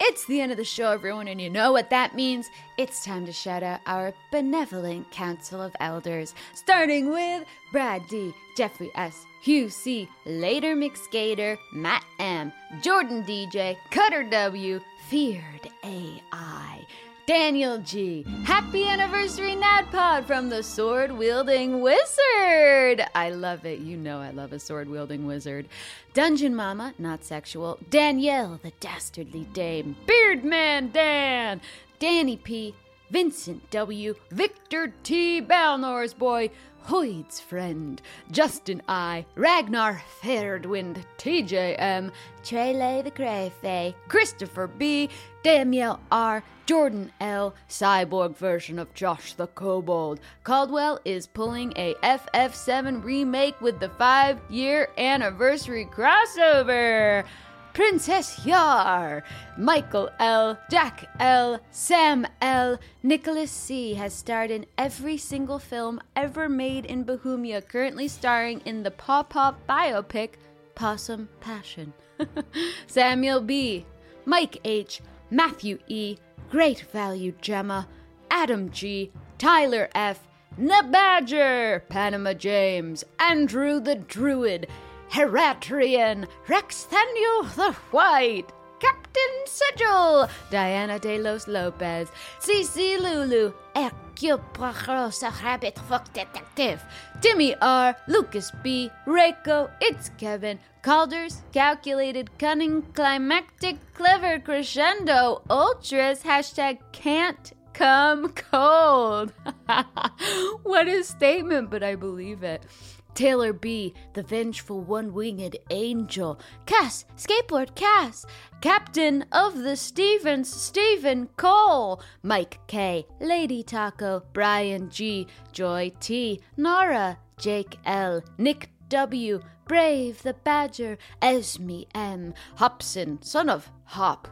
It's the end of the show, everyone, and you know what that means. It's time to shout out our benevolent Council of Elders, starting with Brad D, Jeffrey S, Hugh C, Later McSkater, Matt M, Jordan DJ, Cutter W, Feared AI, Daniel G. Happy anniversary, NADPOD, from the sword wielding wizard. I love it. You know I love a sword wielding wizard. Dungeon Mama, not sexual. Danielle, the dastardly dame. Beardman Dan. Danny P. Vincent W. Victor T. Balnor's boy. Hoyd's friend, Justin I, Ragnar Fairwind, TJM, Trele the Crayfay, Christopher B, Danielle R, Jordan L, cyborg version of Josh the Kobold. Caldwell is pulling a FF7 remake with the five year anniversary crossover. Princess Yar, Michael L, Jack L, Sam L, Nicholas C has starred in every single film ever made in Bohemia, currently starring in the Paw Paw biopic Possum Passion. Samuel B, Mike H, Matthew E, Great Value Gemma, Adam G, Tyler F, The Badger, Panama James, Andrew the Druid, Heratrian, Rex Thaniel the White, Captain Sigil, Diana de los Lopez, CC Lulu, Hercule Poirot, a rabbit fuck detective, Timmy R, Lucas B, Reiko, It's Kevin, Calder's calculated, cunning, climactic, clever, crescendo, ultras, hashtag can't come cold. what a statement, but I believe it. Taylor B, the vengeful one winged angel. Cass, skateboard Cass, captain of the Stevens, Stephen Cole. Mike K, Lady Taco, Brian G, Joy T, Nara, Jake L, Nick W, Brave the Badger, Esme M, Hobson, son of Hop.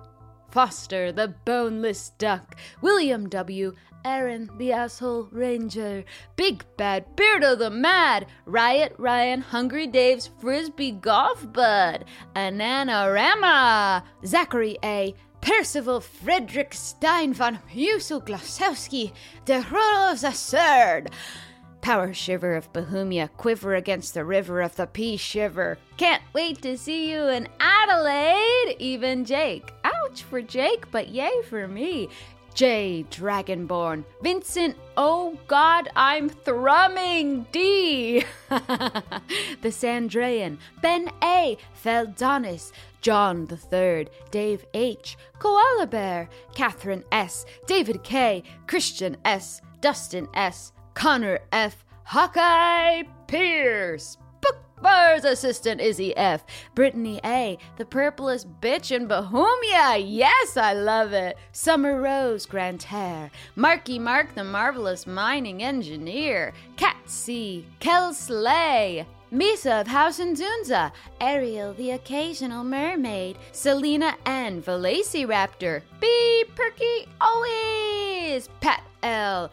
Foster, the boneless duck, William W., Aaron, the asshole ranger, Big Bad, Beardo the mad, Riot Ryan, Hungry Dave's frisbee golf bud, Ananarama, Zachary A., Percival Frederick Stein von Husel Glasowski, The Roll of the Third. Power Shiver of Bohemia, quiver against the river of the pea shiver. Can't wait to see you in Adelaide, even Jake. Ouch for Jake, but yay for me. J Dragonborn, Vincent, oh god, I'm thrumming D. the Sandrian, Ben A, Feldonis, John the Third, Dave H, Koala Bear, Catherine S, David K, Christian S, Dustin S, Connor F, Hawkeye Pierce, Bookbar's assistant Izzy F, Brittany A, the purplest bitch in Bohemia. Yes, I love it. Summer Rose Grantaire, Marky Mark, the marvelous mining engineer, Cat C, Kel Slay. Misa of House and Zunza, Ariel the Occasional Mermaid, Selena N, Velociraptor, B, Perky Always, Pat L,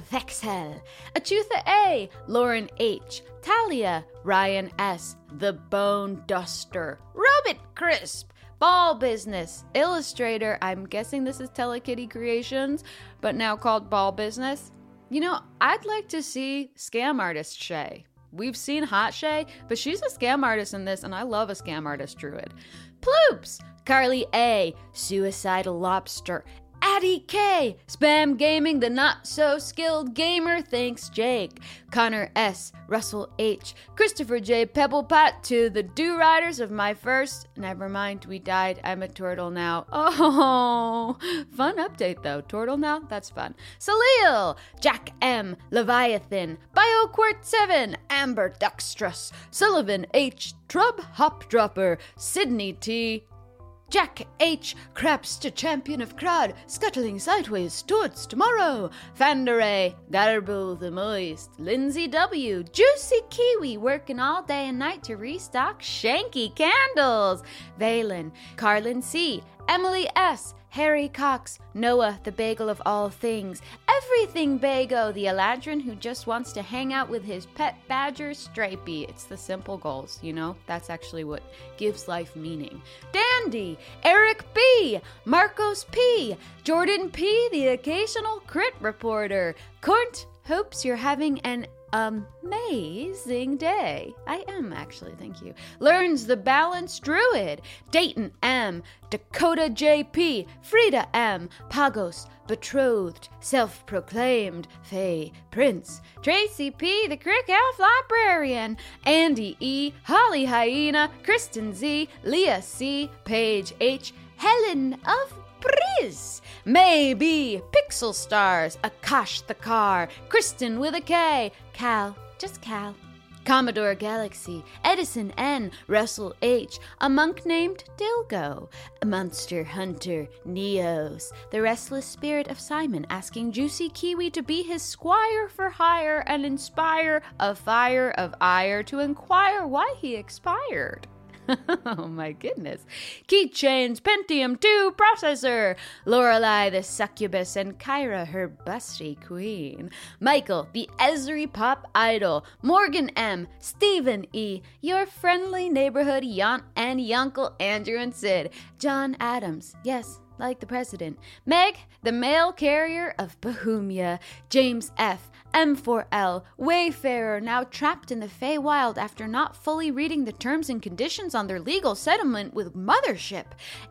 Savexel, Achutha A, Lauren H, Talia, Ryan S, The Bone Duster, Robert Crisp, Ball Business, Illustrator, I'm guessing this is Telekitty Creations, but now called Ball Business. You know, I'd like to see scam artist Shay. We've seen Hot Shay, but she's a scam artist in this, and I love a scam artist druid. Ploops! Carly A, Suicidal Lobster, Addie K, Spam Gaming, the not so skilled gamer, thanks Jake, Connor S, Russell H, Christopher J, Pebblepot to the Do Riders of my first. Never mind, we died. I'm a turtle now. Oh, fun update though. Turtle now, that's fun. Salil, Jack M, Leviathan, BioQuart Seven, Amber Duxtrus, Sullivan H, Trub Hop Dropper, Sydney T, Jack H. Craps to champion of crowd, scuttling sideways towards tomorrow. Fanderay, Garble the Moist, Lindsay W. Juicy Kiwi working all day and night to restock Shanky candles. Valen, Carlin C. Emily S. Harry Cox, Noah, the bagel of all things, everything bago, the Eladrin who just wants to hang out with his pet badger, Stripey. It's the simple goals, you know? That's actually what gives life meaning. Dandy, Eric B, Marcos P, Jordan P, the occasional crit reporter, Kunt, hopes you're having an amazing day. I am actually, thank you. Learns the Balanced Druid, Dayton M, Dakota JP, Frida M, Pagos, Betrothed, Self Proclaimed, Faye Prince, Tracy P, the Crick Elf Librarian, Andy E, Holly Hyena, Kristen Z, Leah C, Paige H, Helen of Priz, Maybe, Pixel Stars, Akash the Car, Kristen with a K, Cal, just Cal, Commodore Galaxy, Edison N, Russell H, a monk named Dilgo, Monster Hunter, Neos, the restless spirit of Simon asking Juicy Kiwi to be his squire for hire and inspire a fire of ire to inquire why he expired oh my goodness. Keychains, Pentium 2 processor, Lorelei the succubus, and Kyra her busty queen. Michael, the Esri pop idol, Morgan M, Stephen E, your friendly neighborhood yaunt and yunkle Andrew and Sid, John Adams, yes, like the president, Meg, the mail carrier of Bohemia, James F. M4L, Wayfarer, now trapped in the Feywild after not fully reading the terms and conditions on their legal settlement with Mothership,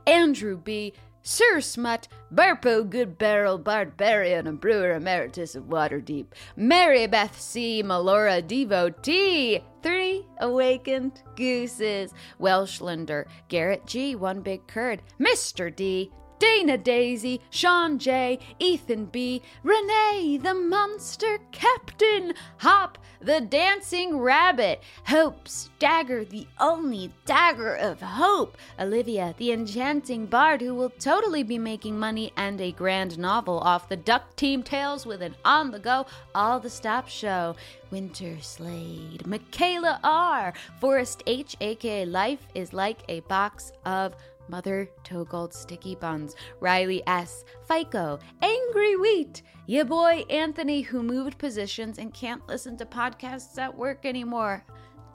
Andrew B., Sir Smut, Burpo Good Barrel, Barbarian, and Brewer Emeritus of Waterdeep, Mary Beth C., Melora Devotee, Three Awakened Gooses, Welshlander, Garrett G., One Big Curd, Mr. D., Dana Daisy, Sean J, Ethan B, Renee the Monster Captain, Hop the Dancing Rabbit, Hope's Dagger, the only dagger of hope, Olivia the enchanting bard who will totally be making money and a grand novel off the Duck Team Tales with an on the go, all the stop show. Winter Slade, Michaela R, Forest H, aka Life is Like a Box of Mother Togold Sticky Buns, Riley S., FICO, Angry Wheat, ya boy Anthony, who moved positions and can't listen to podcasts at work anymore,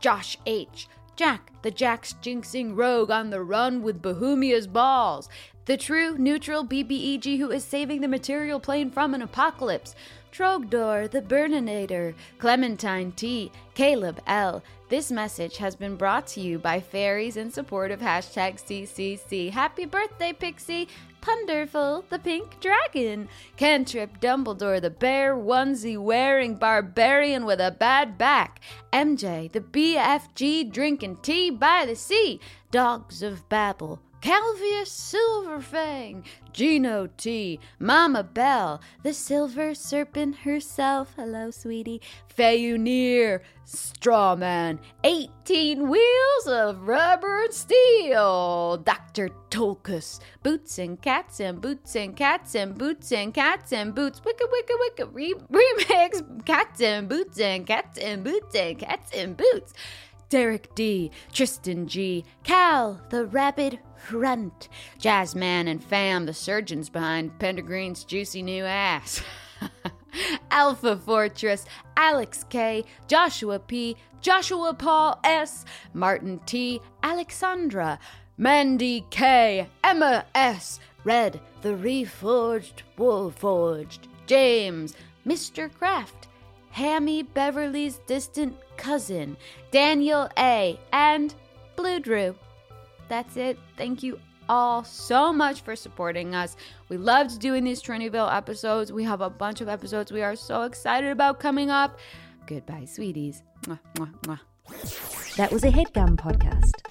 Josh H., Jack, the Jack's jinxing rogue on the run with Bohemia's balls, the true neutral BBEG who is saving the material plane from an apocalypse, Trogdor the Burninator, Clementine T, Caleb L. This message has been brought to you by fairies in support of hashtag CCC. Happy birthday, Pixie! Punderful the Pink Dragon, Cantrip Dumbledore the Bear Onesie Wearing Barbarian with a Bad Back, MJ the BFG Drinking Tea by the Sea, Dogs of Babel, Calvius Silverfang, Gino T, Mama Bell, the Silver Serpent herself, hello sweetie, Fayunir, Strawman, 18 Wheels of Rubber and Steel, Dr. Tolkus, Boots and Cats and Boots and Cats and Boots and Cats and Boots, Wicka Wicka Wicka re- Remix, Cats and Boots and Cats and Boots and Cats and Boots. Derek D, Tristan G, Cal, the Rapid Front, Jazzman and Fam, the surgeons behind Pendergreen's juicy new ass, Alpha Fortress, Alex K, Joshua P, Joshua Paul S, Martin T, Alexandra, Mandy K, Emma S, Red, the Reforged, Warforged, James, Mr. Kraft, Hammy Beverly's distant cousin, Daniel A., and Blue Drew. That's it. Thank you all so much for supporting us. We loved doing these Trinity-ville episodes. We have a bunch of episodes we are so excited about coming up. Goodbye, sweeties. Mwah, mwah, mwah. That was a headgum podcast.